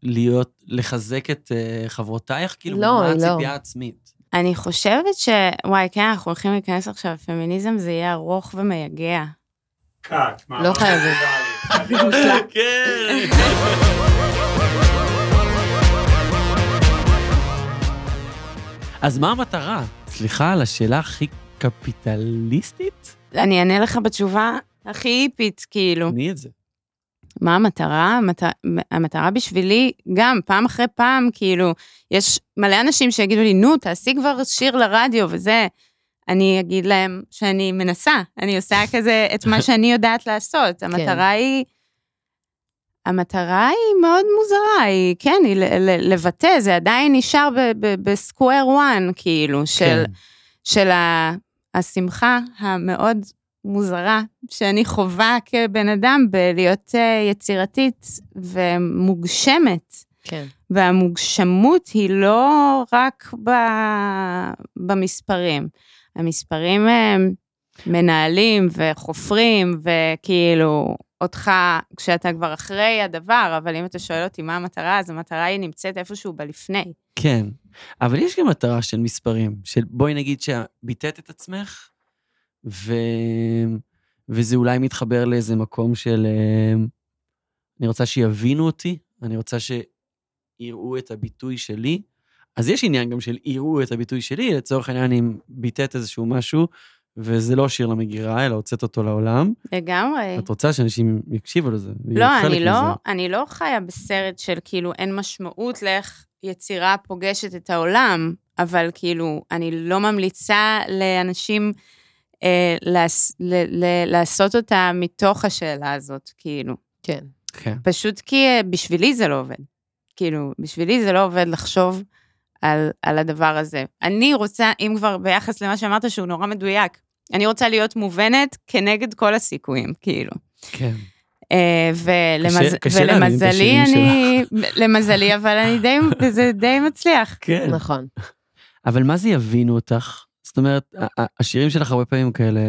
Speaker 4: להיות, לחזק את אה, חברותייך? כאילו,
Speaker 3: לא,
Speaker 4: מה
Speaker 3: לא.
Speaker 4: הציפייה העצמית?
Speaker 1: אני חושבת ש... וואי, כן, אנחנו הולכים להיכנס עכשיו לפמיניזם, זה יהיה ארוך ומייגע.
Speaker 6: קאט, מה?
Speaker 3: לא חייבים.
Speaker 4: כן. אז מה המטרה? סליחה על השאלה הכי קפיטליסטית?
Speaker 1: אני אענה לך בתשובה הכי היפית, כאילו.
Speaker 4: תני את זה.
Speaker 1: מה המטרה? המטרה, המטרה בשבילי, גם פעם אחרי פעם, כאילו, יש מלא אנשים שיגידו לי, נו, תעשי כבר שיר לרדיו וזה. אני אגיד להם שאני מנסה, אני עושה כזה את מה שאני יודעת לעשות. המטרה היא... המטרה היא מאוד מוזרה, היא, כן, היא ל- ל- לבטא, זה עדיין נשאר ב- ב- בסקוואר וואן, כאילו, של...
Speaker 4: כן.
Speaker 1: של ה- השמחה המאוד מוזרה שאני חווה כבן אדם בלהיות אה, יצירתית ומוגשמת.
Speaker 3: כן.
Speaker 1: והמוגשמות היא לא רק ב... במספרים. המספרים הם מנהלים וחופרים, וכאילו, אותך, כשאתה כבר אחרי הדבר, אבל אם אתה שואל אותי מה המטרה, אז המטרה היא נמצאת איפשהו בלפני.
Speaker 4: כן, אבל יש גם מטרה של מספרים, של בואי נגיד שביטאת את עצמך, ו... וזה אולי מתחבר לאיזה מקום של אה, אני רוצה שיבינו אותי, אני רוצה שיראו את הביטוי שלי, אז יש עניין גם של יראו את הביטוי שלי, לצורך העניין אם ביטאת איזשהו משהו, וזה לא שיר למגירה, אלא הוצאת אותו לעולם.
Speaker 1: לגמרי.
Speaker 4: את רוצה שאנשים יקשיבו לזה. ויהיו
Speaker 1: כן. לא,
Speaker 4: חלק
Speaker 1: אני לא,
Speaker 4: מזה.
Speaker 1: אני לא חיה בסרט של כאילו אין משמעות לאיך יצירה פוגשת את העולם, אבל כאילו, אני לא ממליצה לאנשים אה, לעס, ל, ל, לעשות אותה מתוך השאלה הזאת, כאילו.
Speaker 3: כן.
Speaker 4: כן.
Speaker 1: פשוט כי אה, בשבילי זה לא עובד. כאילו, בשבילי זה לא עובד לחשוב על, על הדבר הזה. אני רוצה, אם כבר ביחס למה שאמרת, שהוא נורא מדויק, אני רוצה להיות מובנת כנגד כל הסיכויים, כאילו.
Speaker 4: כן.
Speaker 1: אה, ולמז...
Speaker 4: קשה- קשה להאמין את
Speaker 1: ולמזלי
Speaker 4: השירים
Speaker 1: אני, למזלי, אבל אני די, זה די מצליח.
Speaker 4: כן.
Speaker 3: נכון.
Speaker 4: אבל מה זה יבינו אותך? זאת אומרת, ה- ה- השירים שלך הרבה פעמים כאלה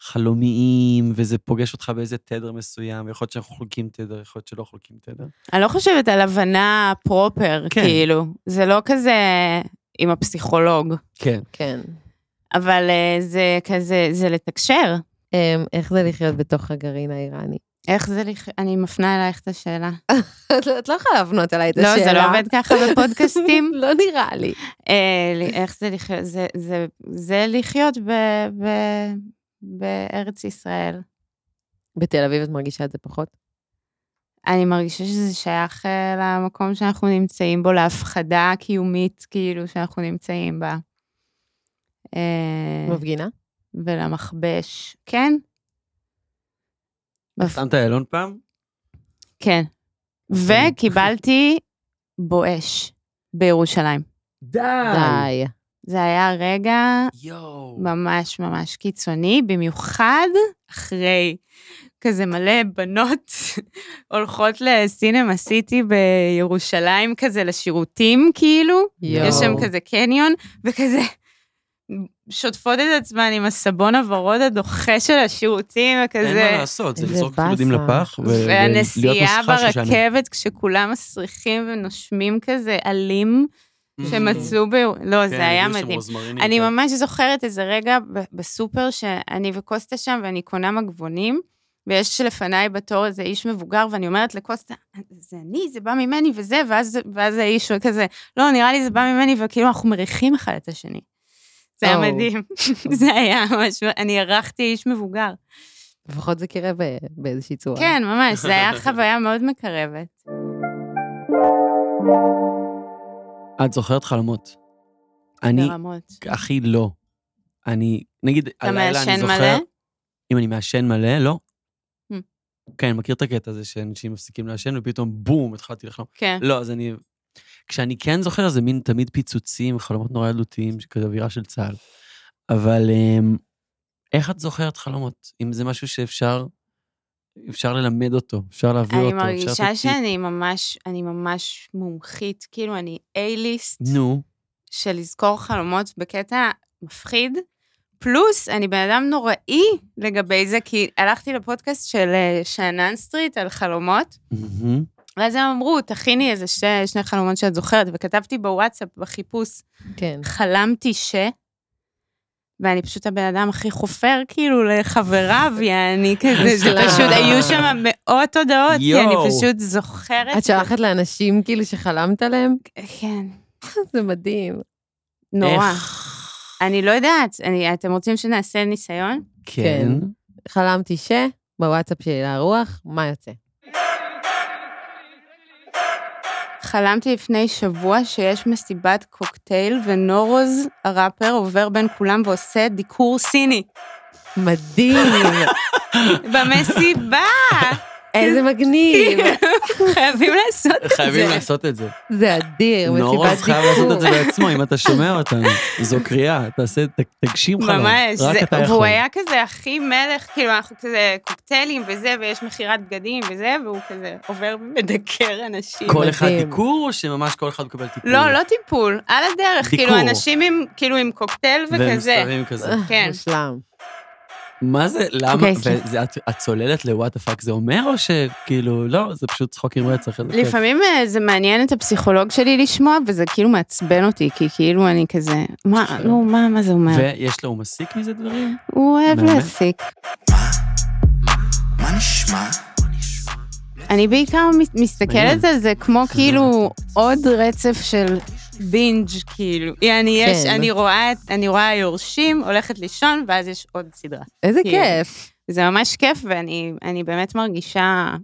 Speaker 4: חלומיים, וזה פוגש אותך באיזה תדר מסוים, יכול להיות שאנחנו חולקים תדר, יכול להיות שלא חולקים תדר.
Speaker 1: אני לא חושבת על הבנה פרופר,
Speaker 4: כן.
Speaker 1: כאילו, זה לא כזה עם הפסיכולוג,
Speaker 4: כן.
Speaker 3: כן.
Speaker 1: אבל אה, זה כזה, זה לתקשר.
Speaker 3: אמ, איך זה לחיות בתוך הגרעין האיראני?
Speaker 1: איך זה, לח- אני מפנה אלייך את השאלה.
Speaker 3: [laughs] את לא- את לא יכולה להבנות עליי את השאלה.
Speaker 1: לא, זה לא עובד ככה [laughs] בפודקאסטים.
Speaker 3: [laughs] לא נראה לי.
Speaker 1: אה, ל- איך זה לחיות, זה- זה- זה לחיות ב- ב- בארץ ישראל.
Speaker 3: בתל אביב את מרגישה את זה פחות?
Speaker 1: אני מרגישה שזה שייך אה, למקום שאנחנו נמצאים בו, להפחדה הקיומית, כאילו, שאנחנו נמצאים בה. אה,
Speaker 3: מפגינה?
Speaker 1: ולמכבש. כן? מפ-
Speaker 4: שמת אלון פעם?
Speaker 1: כן. וקיבלתי בואש בירושלים.
Speaker 4: די!
Speaker 3: אה. די.
Speaker 1: זה היה רגע
Speaker 4: יואו.
Speaker 1: ממש ממש קיצוני, במיוחד אחרי כזה מלא בנות [laughs] הולכות לסינמה סיטי בירושלים, כזה לשירותים כאילו,
Speaker 3: יואו.
Speaker 1: יש שם כזה קניון, וכזה שוטפות את עצמן עם הסבון הוורוד הדוחה של השירותים,
Speaker 4: אין מה
Speaker 1: וכזה...
Speaker 4: לעשות, זה
Speaker 3: זה
Speaker 4: לזרוק
Speaker 3: באסה.
Speaker 4: כבודים לפח, ו- ולהיות
Speaker 1: והנסיעה
Speaker 4: מסכה של שושנים.
Speaker 1: ברכבת, כשכולם מסריחים ונושמים כזה עלים
Speaker 4: Mm.
Speaker 1: שמצאו ב... לא,
Speaker 4: כן,
Speaker 1: זה היה
Speaker 4: יש שם
Speaker 1: מדהים.
Speaker 4: רוזמרינים,
Speaker 1: אני
Speaker 4: כן.
Speaker 1: ממש זוכרת איזה רגע ב- בסופר שאני וקוסטה שם ואני קונה מגבונים, ויש לפניי בתור איזה איש מבוגר, ואני אומרת לקוסטה, זה אני, זה בא ממני וזה, ואז, ואז האיש הוא כזה, לא, נראה לי זה בא ממני, וכאילו אנחנו מריחים אחד את השני. זה היה
Speaker 3: או.
Speaker 1: מדהים, [laughs] זה היה ממש, אני ארחתי איש מבוגר.
Speaker 3: לפחות זה קרה ב- באיזושהי צורה.
Speaker 1: כן, ממש, זו
Speaker 4: [laughs]
Speaker 1: הייתה חוויה מאוד מקרבת.
Speaker 4: את זוכרת חלומות. אני
Speaker 1: ברמות.
Speaker 4: הכי לא. אני, נגיד,
Speaker 1: אתה
Speaker 4: הלילה אני
Speaker 1: מעשן
Speaker 4: זוכר...
Speaker 1: מלא?
Speaker 4: אם אני מעשן מלא, לא.
Speaker 1: Hmm.
Speaker 4: כן, מכיר את הקטע הזה שאנשים מפסיקים לעשן ופתאום בום, התחלתי לחלום.
Speaker 1: כן.
Speaker 4: לא, אז אני... כשאני כן זוכר, זה מין תמיד פיצוצים, חלומות נורא ילדותיים, שכזה אווירה של צה"ל. אבל אמ, איך את זוכרת חלומות? אם זה משהו שאפשר... אפשר ללמד אותו, אפשר להעביר
Speaker 1: אני
Speaker 4: אותו, אפשר
Speaker 1: מרגישה
Speaker 4: לתת טיפ.
Speaker 1: שאני ממש, אני ממש מומחית, כאילו, אני A-ליסט.
Speaker 4: נו,
Speaker 1: של לזכור חלומות בקטע מפחיד. פלוס, אני בן אדם נוראי לגבי זה, כי הלכתי לפודקאסט של אה, שאנן סטריט על חלומות,
Speaker 4: מהמם.
Speaker 1: ואז הם אמרו, תכיני איזה שני, שני חלומות שאת זוכרת, וכתבתי בוואטסאפ, בחיפוש,
Speaker 3: כן.
Speaker 1: חלמתי ש... ואני פשוט הבן אדם הכי חופר, כאילו, לחבריו,
Speaker 4: [laughs]
Speaker 1: יעני כזה, זה
Speaker 3: אשלה.
Speaker 1: פשוט, היו שם מאות הודעות, כי אני
Speaker 4: יואו.
Speaker 1: פשוט זוכרת...
Speaker 3: את שלחת לאנשים כאילו שחלמת עליהם?
Speaker 1: כן,
Speaker 3: זה מדהים.
Speaker 1: נורא.
Speaker 4: איך?
Speaker 1: אני לא יודעת, אני, אתם רוצים שנעשה ניסיון?
Speaker 4: כן.
Speaker 3: חלמתי ש... בוואטסאפ שלי לרוח, מה יוצא?
Speaker 1: חלמתי לפני שבוע שיש מסיבת קוקטייל, ונורוז, הראפר, עובר בין כולם ועושה דיקור סיני.
Speaker 3: [laughs] מדהים!
Speaker 1: במסיבה!
Speaker 3: איזה מגניב!
Speaker 1: חייבים לעשות את זה.
Speaker 4: חייבים לעשות את זה.
Speaker 3: זה אדיר,
Speaker 4: נורוז
Speaker 3: מסיבת
Speaker 4: חייב לעשות את זה
Speaker 3: דיקור.
Speaker 4: בעצמו, אם אתה שומע
Speaker 1: [laughs]
Speaker 4: אותנו. זו קריאה, תעשה, ת- תגשים חלום.
Speaker 1: ממש,
Speaker 4: רק
Speaker 1: זה-
Speaker 4: אתה
Speaker 1: והוא
Speaker 4: יכול.
Speaker 1: היה כזה הכי מלך, כאילו אנחנו כזה קוקטיילים וזה, ויש מכירת בגדים וזה, והוא כזה עובר ומדקר אנשים.
Speaker 4: כל אחד
Speaker 3: מדהים.
Speaker 4: דיקור, או שממש כל אחד מקבל טיפול?
Speaker 1: לא, לא טיפול, על הדרך, כאילו
Speaker 4: דיקור.
Speaker 1: אנשים עם, כאילו עם קוקטייל
Speaker 4: והם
Speaker 1: וכזה.
Speaker 4: מסתובבים כזה.
Speaker 1: כן.
Speaker 3: מושלם.
Speaker 4: מה זה, למה,
Speaker 1: אוקיי, סליחה.
Speaker 4: וזה- את- את צוללת לוואט דה פאק זה אומר, או שכאילו, לא, זה פשוט צחוק עם רצח. איזה כיף.
Speaker 1: לפעמים אה, זה מעניין את הפסיכולוג שלי לשמוע, וזה כאילו מעצבן אותי, כי כאילו אני כזה, מה,
Speaker 4: בסדר.
Speaker 1: נו, מה, מה זה אומר?
Speaker 4: ויש לו, הוא מסיק מזה דברים?
Speaker 1: הוא אוהב
Speaker 4: באמת?
Speaker 1: להסיק.
Speaker 6: מה נשמע?
Speaker 1: אני בעיקר מס- מסתכלת
Speaker 4: מעניין.
Speaker 1: על זה כמו כאילו עוד רצף של בינג', כאילו. אני, יש,
Speaker 3: כן.
Speaker 1: אני רואה, את- אני רואה יורשים, הולכת לישון, ואז יש עוד סדרה.
Speaker 3: איזה
Speaker 1: כן.
Speaker 3: כיף.
Speaker 1: זה ממש כיף, ואני אני באמת מרגישה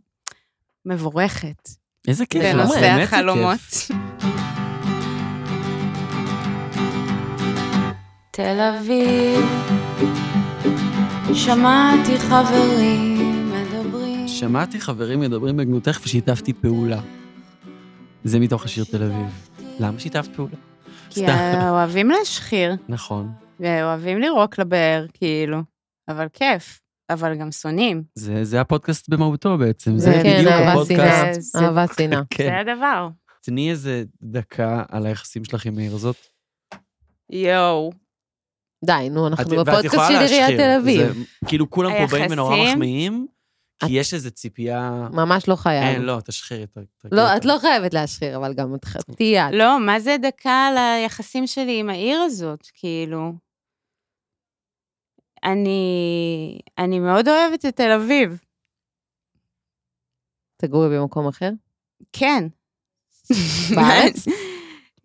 Speaker 1: מבורכת
Speaker 4: איזה כיף.
Speaker 3: לגמרי.
Speaker 4: לך,
Speaker 1: בנושא
Speaker 4: כן, באמת זה כיף.
Speaker 1: החלומות.
Speaker 2: תל אביב, שמעתי חברים מדברים.
Speaker 4: שמעתי חברים מדברים בגנותך ושיתפתי פעולה. זה מתוך השיר תל אביב. למה שיתפת פעולה?
Speaker 1: כי
Speaker 4: סתם.
Speaker 1: אוהבים להשחיר,
Speaker 4: נכון.
Speaker 1: ואוהבים לירוק לבאר, כאילו. אבל כיף, אבל גם שונאים.
Speaker 4: זה, זה הפודקאסט במהותו בעצם, זה,
Speaker 3: זה כן,
Speaker 4: בדיוק
Speaker 3: אהבה
Speaker 1: זה-
Speaker 4: הפודקאסט.
Speaker 1: זה-
Speaker 3: אהבת שנאה.
Speaker 1: זה
Speaker 4: כן.
Speaker 1: הדבר.
Speaker 4: תני איזה דקה על היחסים שלך עם העיר הזאת.
Speaker 1: יואו.
Speaker 3: די, נו,
Speaker 4: את-
Speaker 3: אנחנו
Speaker 4: ואת
Speaker 3: בפודקאסט
Speaker 4: יכולה
Speaker 3: של עיריית
Speaker 4: להשחיר.
Speaker 3: תל אביב.
Speaker 4: זה- כאילו כולם פה באים ונורא
Speaker 1: היחסים?
Speaker 4: מחמיאים, כי
Speaker 3: את-
Speaker 4: יש איזו ציפייה...
Speaker 3: ממש לא חייב.
Speaker 4: אין, לא, תשחירי. ת- תרגיעי
Speaker 3: לא, את
Speaker 4: אותה.
Speaker 3: לא חייבת להשחיר, אבל גם את חייבת. תהיה את.
Speaker 1: לא, מה זה דקה על היחסים שלי עם העיר הזאת, כאילו? אני, אני מאוד אוהבת את תל אביב,
Speaker 3: תגורי במקום אחר.
Speaker 1: [laughs] כן.
Speaker 3: בארץ?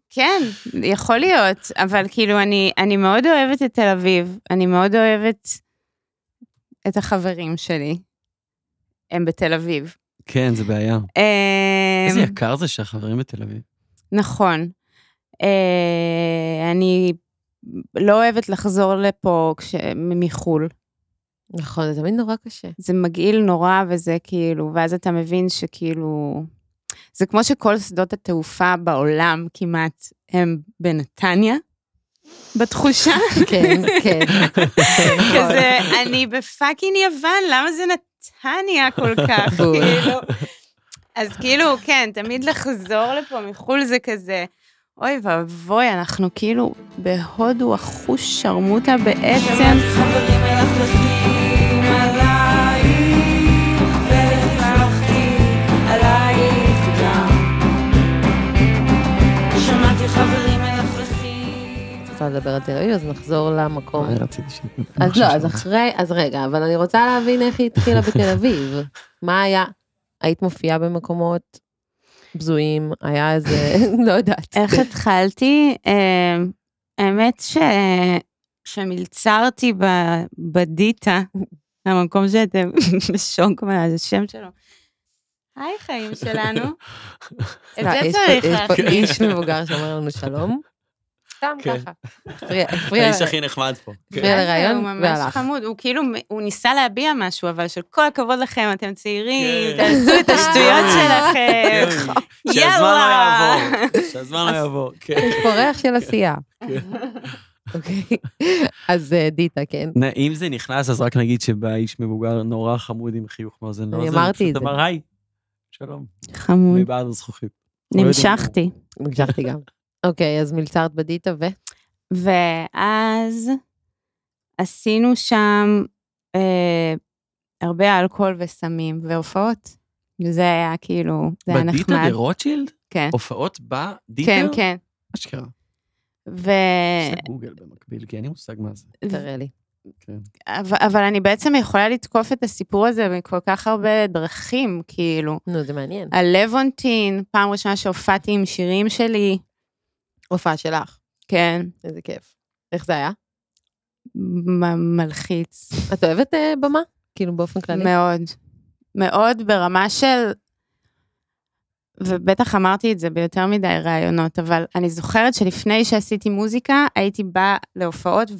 Speaker 1: כן, יכול להיות, אבל כאילו, אני, אני מאוד אוהבת את תל אביב, אני מאוד אוהבת את החברים שלי. הם בתל אביב.
Speaker 4: כן, זה בעיה. איזה
Speaker 1: אמ,
Speaker 4: יקר זה שהחברים בתל אביב.
Speaker 1: נכון. אה, אני לא אוהבת לחזור לפה כש... מ- מחו"ל.
Speaker 3: נכון, זה תמיד נורא קשה.
Speaker 1: זה מגעיל נורא, וזה כאילו, ואז אתה מבין שכאילו... זה כמו שכל שדות התעופה בעולם כמעט הם בנתניה, בתחושה.
Speaker 3: כן, כן.
Speaker 4: [laughs]
Speaker 1: כזה, אני בפאקינג יוון, למה זה נתניה כל כך?
Speaker 3: בול.
Speaker 1: כאילו... אז כאילו, כן, תמיד לחזור לפה מחו"ל זה כזה, אוי ואבוי, אנחנו כאילו בהודו אחוש שרמוטה בעצם.
Speaker 2: חברים מלכלכים עלייך, ולכלכתי עלייך גם. שמעתי חברים מלכלכים
Speaker 3: רוצה לדבר על תל אביב, אז נחזור למקום.
Speaker 4: מה אה, רציתי ש...
Speaker 3: אז לא, אז אחרי, אז רגע, אבל אני רוצה להבין איך היא התחילה בתל אביב. מה היה? היית מופיעה במקומות בזויים, היה איזה, [laughs] לא יודעת.
Speaker 1: איך התחלתי? אה, האמת ש... שמלצרתי ב- בדיטה, המקום שאתם בשוק מהשם שלו. היי חיים שלנו. את
Speaker 3: לא,
Speaker 1: זה
Speaker 3: יש
Speaker 1: צריך
Speaker 3: פה- יש פה
Speaker 1: להכניס.
Speaker 3: איש מבוגר שאומר לנו שלום. סתם
Speaker 4: כן.
Speaker 3: ככה. הפריע- הפריע
Speaker 4: האיש
Speaker 3: ל-
Speaker 4: הכי נחמד פה. כן.
Speaker 3: הפריע
Speaker 1: הוא
Speaker 3: לרעיון
Speaker 1: ממש
Speaker 3: והלך.
Speaker 1: חמוד, הוא כאילו, הוא ניסה להביע משהו, אבל של כל הכבוד לכם, אתם צעירים,
Speaker 4: כן.
Speaker 1: תעשו את השטויות
Speaker 3: אה.
Speaker 1: שלכם.
Speaker 4: שהזמן לא
Speaker 1: יאללה.
Speaker 4: יעבור, שהזמן לא יעבור, כן.
Speaker 3: יש פה ריח של עשייה. אוקיי. אז אה, דיטה, כן.
Speaker 4: נ- אם זה נכנס, אז רק נגיד שבא איש מבוגר נורא חמוד עם חיוך מאוזן לאוזן.
Speaker 3: אמרתי
Speaker 4: הוא פשוט
Speaker 3: את זה.
Speaker 4: אמר, היי, שלום,
Speaker 1: Mm. חמוד,
Speaker 4: מבעד הזכוכית.
Speaker 1: נמשכתי.
Speaker 3: המשכתי גם. אוקיי, אז מלצרת בדיטה ו...
Speaker 1: ואז עשינו שם אה, הרבה אלכוהול וסמים והופעות, וזה היה כאילו, זה היה
Speaker 4: בדיטה
Speaker 1: נחמד.
Speaker 4: ברוטשילד?
Speaker 1: כן,
Speaker 4: הופעות בדיטה?
Speaker 1: כן, אה. כן.
Speaker 4: אשכרה.
Speaker 1: ו...
Speaker 4: עושה גוגל במקביל, כי אין לי מושג מה זה.
Speaker 3: תראה לי.
Speaker 1: אבל, אבל אני בעצם יכולה לתקוף את הסיפור הזה מכל כך הרבה דרכים, כאילו.
Speaker 3: נו, זה מעניין.
Speaker 1: הלוונטין, פעם ראשונה שהופעתי עם שירים שלי,
Speaker 3: הופעה שלך.
Speaker 1: כן,
Speaker 3: איזה כיף. איך זה היה?
Speaker 1: מ- מלחיץ
Speaker 3: את אוהבת אה, במה? כאילו באופן כללי?
Speaker 1: מאוד. מאוד ברמה של, ובטח אמרתי את זה ביותר מדי ראיונות, אבל אני זוכרת שלפני שעשיתי מוזיקה, הייתי באה להופעות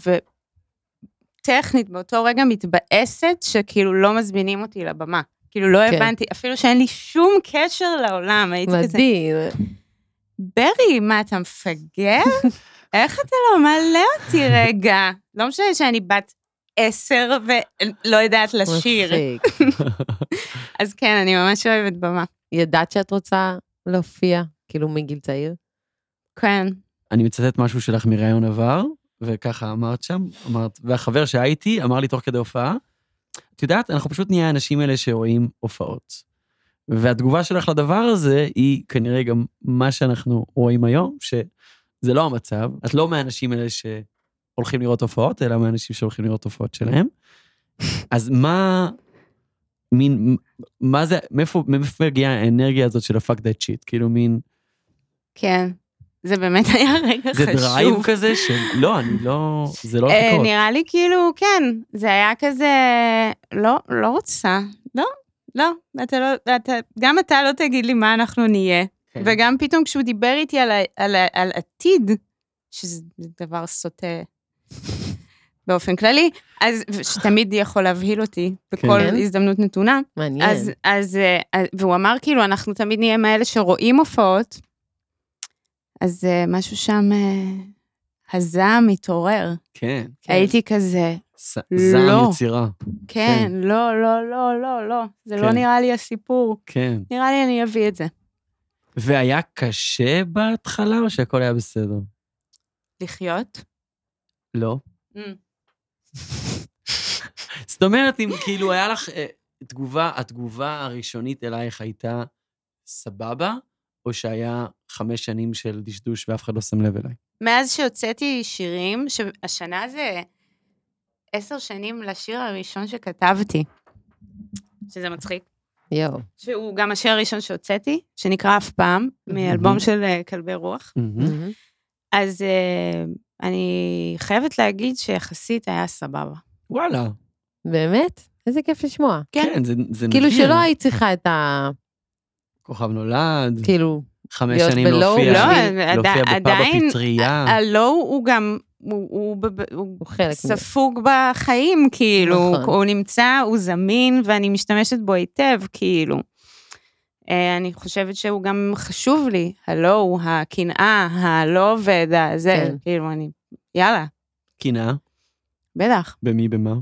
Speaker 1: וטכנית באותו רגע מתבאסת שכאילו לא מזמינים אותי לבמה. כאילו לא
Speaker 3: כן.
Speaker 1: הבנתי, אפילו שאין לי שום קשר לעולם, הייתי כזה...
Speaker 3: מדהים.
Speaker 1: ברי, מה, אתה
Speaker 3: [laughs]
Speaker 1: מפגר? איך אתה לא מעלה אותי רגע? לא משנה שאני בת עשר ולא יודעת לשיר.
Speaker 3: מצחיק.
Speaker 1: אז כן, אני ממש אוהבת במה.
Speaker 3: ידעת שאת רוצה להופיע, כאילו מגיל צעיר?
Speaker 1: כן.
Speaker 4: אני מצטט משהו שלך מראיון עבר, וככה אמרת שם, אמרת, והחבר שהייתי אמר לי תוך כדי הופעה, את יודעת, אנחנו פשוט נהיה האנשים האלה שרואים הופעות. והתגובה שלך לדבר הזה היא כנראה גם מה שאנחנו רואים היום, שזה לא המצב, את לא מהאנשים האלה שהולכים לראות הופעות, אלא מהאנשים שהולכים לראות הופעות שלהם. אז מה, מין, מה זה, מאיפה מאיפה מגיעה האנרגיה הזאת של ה-fuck that shit? כאילו מין,
Speaker 1: כן. זה באמת [laughs] היה רגע
Speaker 4: זה
Speaker 1: חשוב.
Speaker 4: דרייב כזה של... לא, אני לא... זה לא הולך
Speaker 1: אה,
Speaker 4: לקרות.
Speaker 1: נראה לי כאילו, כן, זה היה כזה, לא, לא רוצה, לא, לא, אתה לא, אתה, גם אתה לא תגיד לי מה אנחנו נהיה.
Speaker 3: כן.
Speaker 1: וגם פתאום כשהוא דיבר איתי על, ה- על, ה- על עתיד, שזה דבר סוטה באופן כללי, אז, שתמיד יכול להבהיל אותי בכל
Speaker 3: כן.
Speaker 1: הזדמנות נתונה,
Speaker 3: מעניין.
Speaker 1: אז, אז, אה, אז, והוא אמר כאילו, אנחנו תמיד נהיה מאלה שרואים הופעות, אז אה, משהו שם, אה, הזעם התעורר.
Speaker 4: כן.
Speaker 1: כן. הייתי כזה,
Speaker 4: ס- זעם
Speaker 1: לא.
Speaker 4: יצירה.
Speaker 1: כן, לא, לא, לא, לא, לא, זה לא
Speaker 4: כן.
Speaker 1: נראה לי הסיפור.
Speaker 4: כן.
Speaker 1: נראה לי אני אביא את זה.
Speaker 4: והיה קשה בהתחלה או שהכל היה בסדר?
Speaker 1: לחיות?
Speaker 4: לא. [laughs] זאת אומרת, אם כאילו היה לך אה, תגובה, התגובה הראשונית אלייך הייתה סבבה, או שהיה חמש שנים של דשדוש ואף אחד לא שם לב אליי?
Speaker 1: מאז שהוצאתי שירים, שהשנה זה עשר שנים לשיר הראשון שכתבתי, שזה מצחיק,
Speaker 3: יואו.
Speaker 1: שהוא גם השיר הראשון שהוצאתי, שנקרא אף פעם, מאלבום של אה, כלבי רוח.
Speaker 3: מהמם.
Speaker 1: אז אה, אני חייבת להגיד שיחסית היה סבבה.
Speaker 4: וואלה.
Speaker 3: באמת? איזה כיף לשמוע.
Speaker 4: כן, זה, זה נדיר.
Speaker 3: כאילו שלא היית צריכה את ה...
Speaker 4: כוכב נולד,
Speaker 3: כאילו,
Speaker 4: חמש
Speaker 3: להיות
Speaker 4: שנים
Speaker 3: בלואו,
Speaker 4: להופיע,
Speaker 3: לא,
Speaker 4: להופיע
Speaker 1: עדי-
Speaker 4: בפאב
Speaker 1: עדיין-
Speaker 4: הפטריה.
Speaker 1: הלו הוא גם, הוא, הוא, בב- הוא
Speaker 3: הוא חלק מזה.
Speaker 1: ספוג בחיים, כאילו,
Speaker 3: נכון.
Speaker 1: הוא נמצא, הוא זמין, ואני משתמשת בו היטב, כאילו. אה, אני חושבת שהוא גם חשוב לי, הלו הוא הקנאה, הלא עובד, זה,
Speaker 3: כן.
Speaker 1: כאילו, אני, יאללה,
Speaker 4: קנאה,
Speaker 1: בטח,
Speaker 4: במי במה?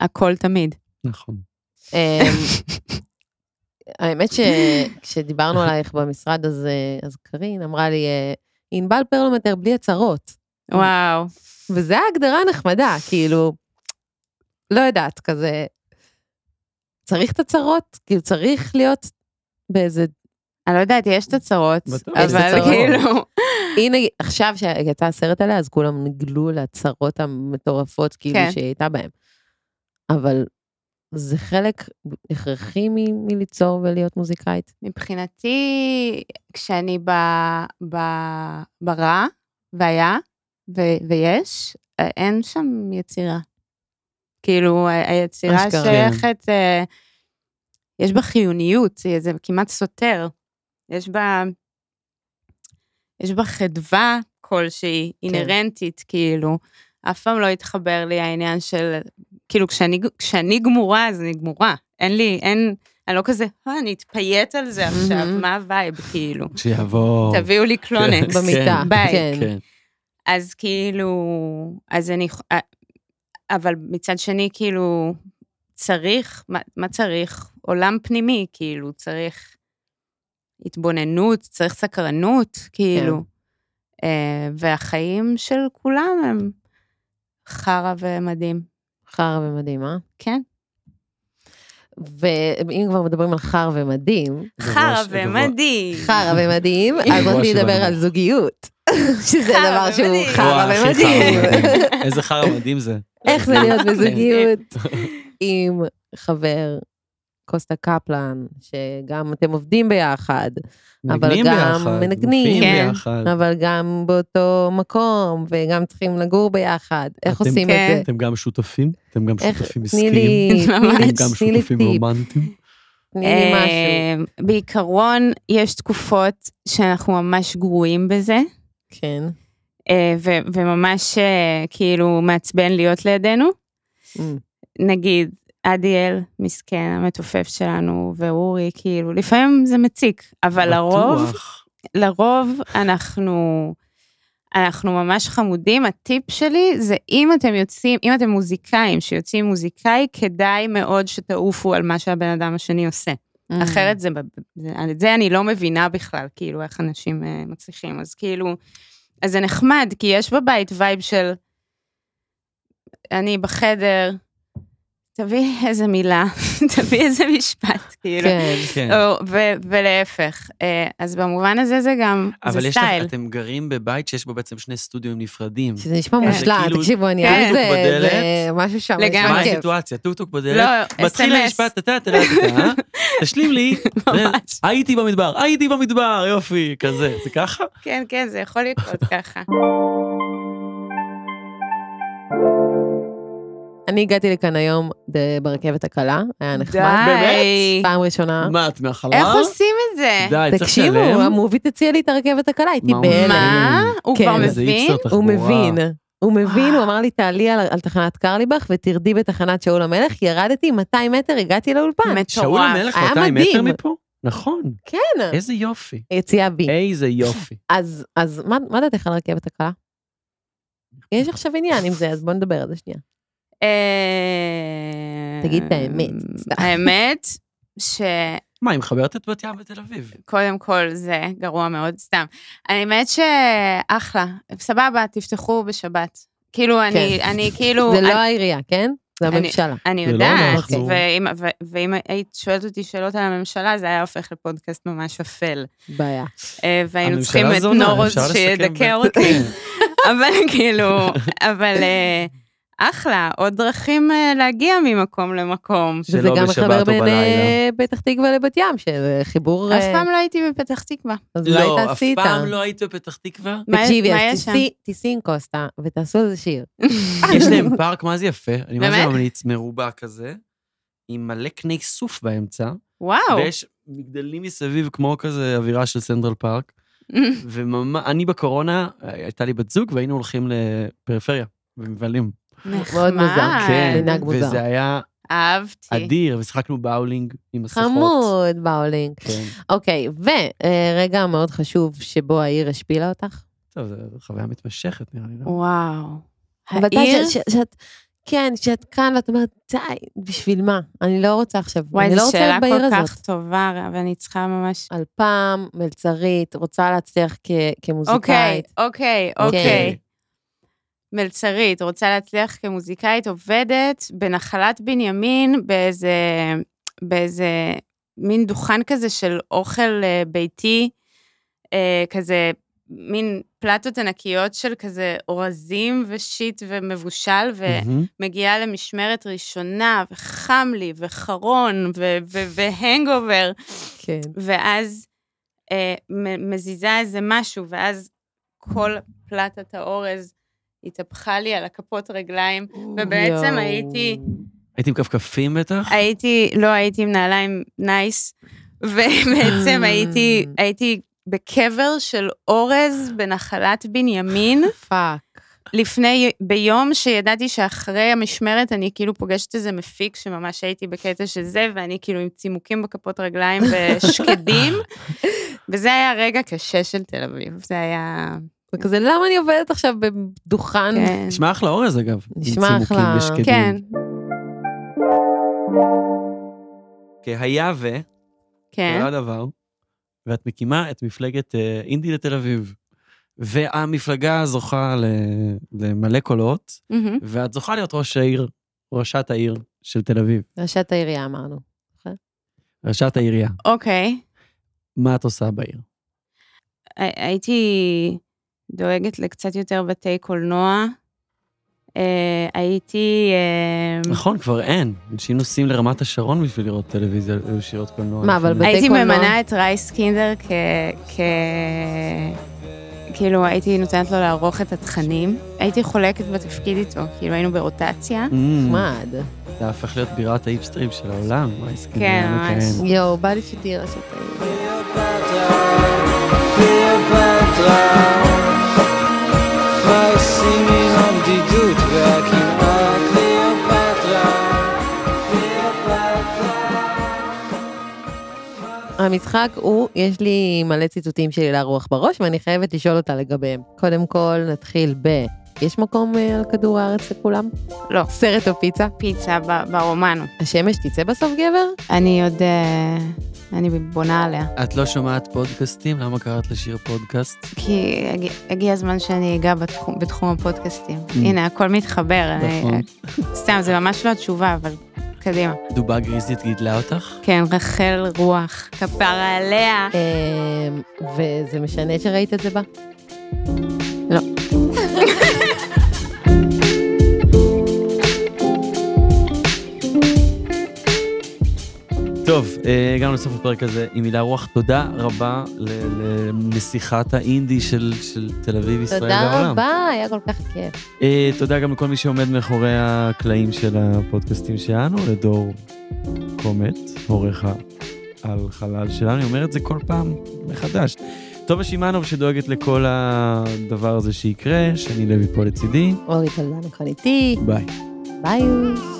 Speaker 1: הכל תמיד.
Speaker 4: נכון.
Speaker 1: [laughs]
Speaker 3: אמ, האמת שכשדיברנו עלייך במשרד, אז, אה, אז קארין אמרה לי, אה, ענבל פרלמטר בלי הצהרות.
Speaker 1: וואו,
Speaker 3: וזו ההגדרה הנחמדה, כאילו, לא יודעת, כזה, צריך את הצהרות? כאילו, צריך להיות באיזה...
Speaker 1: אני לא יודעת, יש תצרות,
Speaker 4: בטוח.
Speaker 3: יש
Speaker 1: אבל
Speaker 3: תצרות.
Speaker 1: כאילו,
Speaker 3: הנה, עכשיו שיצא הסרט עליה, אז כולם נגלו להצהרות המטורפות, כאילו,
Speaker 1: כן.
Speaker 3: שהיא הייתה בהן. אבל זה חלק הכרחי מ- מליצור ולהיות מוזיקאית.
Speaker 1: מבחינתי, כשאני ב, ב, ברע, והיה, ו, ויש, אה, אין שם יצירה. כאילו, ה- היצירה
Speaker 3: אשכרה.
Speaker 1: שייכת, אה, יש בה חיוניות, אה, זה כמעט סותר. יש בה, יש בה חדווה כלשהי,
Speaker 3: כן.
Speaker 1: אינהרנטית, כאילו. אף פעם לא התחבר לי העניין של, כאילו, כשאני, כשאני גמורה, אז אני גמורה. אין לי, אין, אני לא כזה, "אה, אני אתפייט על זה עכשיו,
Speaker 3: מהמם.
Speaker 1: מה הווייב, כאילו.
Speaker 4: שיבוא.
Speaker 1: תביאו לי קלונקס.
Speaker 4: כן.
Speaker 3: במיטה,
Speaker 1: ביי.
Speaker 3: כן.
Speaker 4: כן.
Speaker 1: אז כאילו, אז אני, ח- אה, אבל מצד שני, כאילו, צריך, מה, מה צריך? עולם פנימי, כאילו, צריך התבוננות, צריך סקרנות, כאילו.
Speaker 3: כן.
Speaker 1: אה, והחיים של כולם הם חרא ומדהים,
Speaker 3: חרא ומדהים, אה?
Speaker 1: כן?
Speaker 3: ואם כבר מדברים על חרא ומדהים,
Speaker 4: גבוה
Speaker 1: חרא
Speaker 4: ש- גבוה.
Speaker 1: ומדהים.
Speaker 3: חרא ומדהים, [laughs] אז
Speaker 4: גבוה
Speaker 3: רציתי לדבר
Speaker 4: שבנו.
Speaker 3: על זוגיות. [laughs] שזה
Speaker 1: חרא
Speaker 3: דבר שהוא
Speaker 1: ומדהים.
Speaker 3: חרא
Speaker 4: וואי, הכי
Speaker 3: ומדהים. [laughs]
Speaker 4: חרא מדהים. איזה חרא מדהים זה.
Speaker 3: איך זה להיות
Speaker 1: [laughs]
Speaker 3: בזוגיות
Speaker 4: [laughs]
Speaker 3: עם חבר קוסטה קפלן, שגם אתם עובדים ביחד, אבל
Speaker 4: מנגנים
Speaker 3: גם
Speaker 4: ביחד,
Speaker 3: מנגנים.
Speaker 4: מופיעים
Speaker 1: כן.
Speaker 4: ביחד.
Speaker 3: אבל גם באותו מקום, וגם צריכים לגור ביחד. איך
Speaker 4: אתם-
Speaker 3: עושים
Speaker 1: כן.
Speaker 3: את זה?
Speaker 4: אתם גם שותפים? אתם גם
Speaker 3: אוקיי. איך-
Speaker 4: שותפים
Speaker 3: תני
Speaker 4: עסקיים?
Speaker 3: לי, תני לי
Speaker 4: אתם
Speaker 1: ממש.
Speaker 4: גם
Speaker 3: תני לי
Speaker 4: שותפים
Speaker 3: טיפ,
Speaker 4: רומנטיים?
Speaker 3: תני לי משהו.
Speaker 1: אה, בעיקרון, יש תקופות שאנחנו ממש גרועים בזה,
Speaker 3: כן.
Speaker 1: אה, ו- וממש אה, כאילו מעצבן להיות לידינו.
Speaker 3: אמ,
Speaker 1: נגיד, אדיאל, מסכן, המתופף שלנו, ואורי, כאילו, לפעמים זה מציק, אבל לרוב,
Speaker 4: בטוח.
Speaker 1: לרוב אנחנו... אנחנו ממש חמודים, הטיפ שלי זה אם אתם יוצאים, אם אתם מוזיקאים שיוצאים מוזיקאי, כדאי מאוד שתעופו על מה שהבן אדם השני עושה.
Speaker 3: אמ.
Speaker 1: אחרת זה, בב- זה- את זה אני לא מבינה בכלל, כאילו, איך אנשים אה, מצליחים. אז כאילו, אז זה נחמד, כי יש בבית וייב של אני בחדר, ת- תביא איזה מילה, [laughs] תביא איזה משפט, כאילו.
Speaker 3: כן.
Speaker 4: כן.
Speaker 1: או- ו- ולהפך. אה, אז במובן הזה זה גם, זה
Speaker 4: אבל יש לך,
Speaker 1: סטייל.
Speaker 4: אתם גרים בבית שיש בו בעצם שני סטודיו נפרדים.
Speaker 3: שזה נשמע
Speaker 1: כן.
Speaker 3: מושלם,
Speaker 4: זה כאילו
Speaker 3: תקשיבו, אני
Speaker 1: כן.
Speaker 3: אוהב
Speaker 4: טוק-טוק
Speaker 3: זה,
Speaker 4: בדלת.
Speaker 3: זה משהו שם,
Speaker 1: לגמרי.
Speaker 3: נשמע
Speaker 4: מה
Speaker 3: כיף.
Speaker 4: הסיטואציה? טוקטוק
Speaker 1: לא,
Speaker 4: בדלת? מתחיל
Speaker 1: SMS. [laughs]
Speaker 4: המשפט, אתה אתה אתה, אה? תשלים
Speaker 3: [laughs]
Speaker 4: לי.
Speaker 1: ממש.
Speaker 4: הייתי במדבר, הייתי במדבר, יופי, כזה. זה ככה?
Speaker 1: כן, כן, זה יכול
Speaker 4: [laughs]
Speaker 1: לקרות ככה.
Speaker 3: אני הגעתי לכאן היום ב- ברכבת הקלה, היה נחמד.
Speaker 1: די.
Speaker 3: פעם ראשונה.
Speaker 4: מה, את מהחלל?
Speaker 1: איך עושים את זה?
Speaker 4: די, צריך
Speaker 3: תקשיבו,
Speaker 4: לשלם.
Speaker 3: המובי תציע לי את הרכבת הקלה, הייתי
Speaker 4: מה?
Speaker 3: בהלם.
Speaker 1: מה? הוא
Speaker 3: כן.
Speaker 1: כבר
Speaker 4: אה, איזה
Speaker 1: מבין?
Speaker 4: איפסר תחבורה.
Speaker 3: הוא מבין, אה, הוא מבין, הוא אמר לי, תעלי על, על תחנת קרליבך ותרדי בתחנת שאול המלך, ירדתי 200 מטר, הגעתי לאולפן.
Speaker 4: שאול
Speaker 1: מטורף.
Speaker 4: המלך
Speaker 3: היה
Speaker 4: 200 מטר
Speaker 3: מדהים.
Speaker 4: מפה? נכון.
Speaker 3: כן,
Speaker 4: איזה אה. יופי.
Speaker 3: יציאה בי.
Speaker 4: איזה יופי.
Speaker 3: אז, אז מה, מה דעתך על הרכבת הקלה? יש עכשיו עניין עם זה, אז בוא נדבר על זה שנייה.
Speaker 1: אה,
Speaker 3: תגיד את האמת, סתם.
Speaker 1: האמת, שקודם
Speaker 4: מה, היא מחברת את בת ים ותל אביב?
Speaker 1: כל זה גרוע מאוד, סתם. האמת שאחלה, סבבה, תפתחו בשבת. כאילו, אני, אני כאילו...
Speaker 3: זה לא
Speaker 1: אני-
Speaker 3: העירייה, כן? זה
Speaker 1: אני-
Speaker 3: הממשלה.
Speaker 1: אני
Speaker 4: זה לא
Speaker 1: יודעת,
Speaker 4: אנחנו.
Speaker 1: ואם, ו, ואם היית שואלת אותי שאלות על הממשלה, זה היה הופך לפודקאסט ממש אפל.
Speaker 3: בעיה.
Speaker 1: אה, והיינו
Speaker 4: הממשלה
Speaker 1: צריכים את
Speaker 4: זונה,
Speaker 1: נורוז
Speaker 4: אפשר כן. לסכם
Speaker 1: שידכא
Speaker 4: ב- [laughs]
Speaker 1: אותי. אבל כאילו, אבל אה, אחלה, עוד דרכים אה, להגיע ממקום למקום.
Speaker 4: שלא
Speaker 3: וזה גם
Speaker 4: לא בשבת
Speaker 3: מחבר
Speaker 4: או
Speaker 3: בין
Speaker 4: בלילה.
Speaker 3: אה, פתח תקווה לבת ים, שזה חיבור...
Speaker 1: אף
Speaker 3: אה,
Speaker 1: פעם לא הייתי בפתח תקווה.
Speaker 3: אז אולי
Speaker 4: לא, אף
Speaker 3: תעשי איתה.
Speaker 4: פעם לא היית בפתח תקווה?
Speaker 1: מה-
Speaker 3: תקשיבי,
Speaker 1: מה
Speaker 3: אז
Speaker 1: יש שם?
Speaker 3: תיסעי- תיסעי עם קוסטה ותעשו איזה שיר.
Speaker 4: יש
Speaker 3: [laughs]
Speaker 4: להם פארק, מה זה יפה? אני מה זה
Speaker 1: באמת?
Speaker 4: ממליץ מרובע כזה, עם מלא קני סוף באמצע,
Speaker 1: וואו. [laughs]
Speaker 4: ויש מגדלים מסביב כמו כזה אווירה של סנדרל פארק, וממש, אני בקורונה, אה, הייתה לי בת זוג והיינו הולכים לפריפריה, במבלים.
Speaker 3: מאוד מוזר.
Speaker 1: נחמד.
Speaker 3: כן, מנהג מוזר.
Speaker 4: וזה היה
Speaker 1: אהבתי.
Speaker 4: אדיר, ושיחקנו באולינג עם מסכות.
Speaker 3: אוקיי. חמוד, באולינג.
Speaker 4: כן,
Speaker 3: אוקיי, ורגע מאוד חשוב שבו העיר השפילה אותך.
Speaker 4: טוב, זו חוויה מתמשכת נראה לי.
Speaker 1: אוקיי.
Speaker 4: לא?
Speaker 1: וואו.
Speaker 3: אבל אתה-
Speaker 1: העיר?
Speaker 3: ש- ש- שאת, כן, שאת כאן ואת אומרת, די, בשביל מה? אני לא רוצה עכשיו,
Speaker 1: וואי,
Speaker 3: אני
Speaker 1: זו
Speaker 3: לא רוצה
Speaker 1: שאלה
Speaker 3: להיות בעיר
Speaker 1: כל
Speaker 3: הזאת.
Speaker 1: כך טובה, אבל אני צריכה ממש...
Speaker 3: על פעם, מלצרית, רוצה להצליח כ-
Speaker 1: אוקיי,
Speaker 3: כמוזיקאית.
Speaker 1: אוקיי,
Speaker 3: כן.
Speaker 1: אוקיי. מלצרית, רוצה להצליח כמוזיקאית, עובדת בנחלת בנימין, באיזה, באיזה מין דוכן כזה של אוכל אה, ביתי, אה, כזה מין פלטות ענקיות של כזה אורזים ושיט ומבושל,
Speaker 4: מהמם.
Speaker 1: ומגיעה למשמרת ראשונה, וחם לי, וחרון, ו- ו- והנגובר, אוקיי.
Speaker 3: כן.
Speaker 1: ואז אה, מ- מזיזה איזה משהו, ואז כל פלטת האורז התהפכה לי על הכפות רגליים, ובעצם
Speaker 3: יואו.
Speaker 1: הייתי,
Speaker 4: הייתי עם כפכפים בטח?
Speaker 1: הייתי, לא הייתי עם נעליים נייס, [laughs] ובעצם
Speaker 3: אה.
Speaker 1: הייתי, הייתי בקבר של אורז בנחלת בנימין,
Speaker 3: פאק.
Speaker 1: לפני, ביום שידעתי שאחרי המשמרת אני כאילו פוגשת איזה מפיק שממש הייתי בקטע של זה, ואני כאילו עם צימוקים בכפות רגליים ושקדים, וזה היה רגע קשה של תל אביב, זה היה...
Speaker 3: זה כזה, למה אני עובדת עכשיו בדוכן?
Speaker 1: כן.
Speaker 4: נשמע אחלה אורז אגב. עם
Speaker 3: נשמע
Speaker 4: צימוקים
Speaker 3: אחלה.
Speaker 4: ושקדים.
Speaker 1: כן,
Speaker 4: אוקיי, היה ו...
Speaker 1: כן.
Speaker 4: קרה הדבר, ואת מקימה את מפלגת אה, אינדי לתל אביב. והמפלגה זוכה ל- למלא קולות,
Speaker 1: מהמם.
Speaker 4: ואת זוכה להיות ראש העיר, ראשת העיר של תל אביב,
Speaker 3: ראשת העירייה אמרנו.
Speaker 4: ראשת העירייה.
Speaker 1: אוקיי.
Speaker 4: מה את עושה בעיר?
Speaker 1: הי- הייתי דואגת לקצת יותר בתי קולנוע. אה, הייתי... אה,
Speaker 4: נכון, כבר אין. אנשים נוסעים לרמת השרון בשביל לראות טלוויזיה, אה, שירות קולנוע.
Speaker 3: מה, אבל
Speaker 4: לפעמים.
Speaker 3: בתי
Speaker 1: הייתי
Speaker 3: קולנוע.
Speaker 1: ממנה את רייס קינדר כ... כ... כאילו, הייתי נותנת לו לערוך את התכנים. הייתי חולקת בתפקיד איתו, כאילו היינו ברוטציה.
Speaker 4: Mm,
Speaker 3: נחמד.
Speaker 4: אתה הופך להיות בירת האיפסטרים של העולם. מה, הסכמים
Speaker 1: כן,
Speaker 4: האלה
Speaker 3: אה,
Speaker 1: ממש.
Speaker 4: כאלה.
Speaker 3: יואו, בא לי שתהיי ראשת העירייה. המשחק הוא, יש לי מלא ציטוטים של הילה רוח בראש, ואני חייבת לשאול אותה לגביהם. קודם כל, נתחיל ב... יש מקום אה, על כדור הארץ לכולם?
Speaker 1: לא.
Speaker 3: סרט או פיצה?
Speaker 1: פיצה ב- ברומן.
Speaker 3: השמש תצא בסוף, גבר?
Speaker 1: אני עוד... אה, אני בונה עליה.
Speaker 4: את לא שומעת פודקאסטים? למה קראת לשיר פודקאסט?
Speaker 1: כי הגיע- הגיע הזמן שאני אגע בתחום,
Speaker 3: Mm.
Speaker 1: בתחום הפודקאסטים. הנה, הכל מתחבר. אני- אה,
Speaker 4: נכון.
Speaker 1: סתם, זה ממש לא התשובה, אבל קדימה.
Speaker 4: דובה גריזית גידלה אותך?
Speaker 1: כן, רחל רוח, כפרה עליה.
Speaker 3: אמ, וזה משנה שראית את זה בה? לא.
Speaker 4: טוב, אה, הגענו לסוף הפרק הזה עם הילה רוח. תודה רבה ל- לנסיכת האינדי של, של תל אביב, ישראל והעולם.
Speaker 3: תודה רבה, היה כל כך כיף.
Speaker 4: אה, תודה גם לכל מי שעומד מאחורי הקלעים של הפודקאסטים שלנו, לדור קומט, עורך על חלל שלנו. אני אומר את זה כל פעם מחדש. טובה שמאנוב שדואגת לכל הדבר הזה שיקרה, שני לוי פה לצידי,
Speaker 3: אורי טלדן כאן איתי,
Speaker 4: ביי.
Speaker 3: ביי.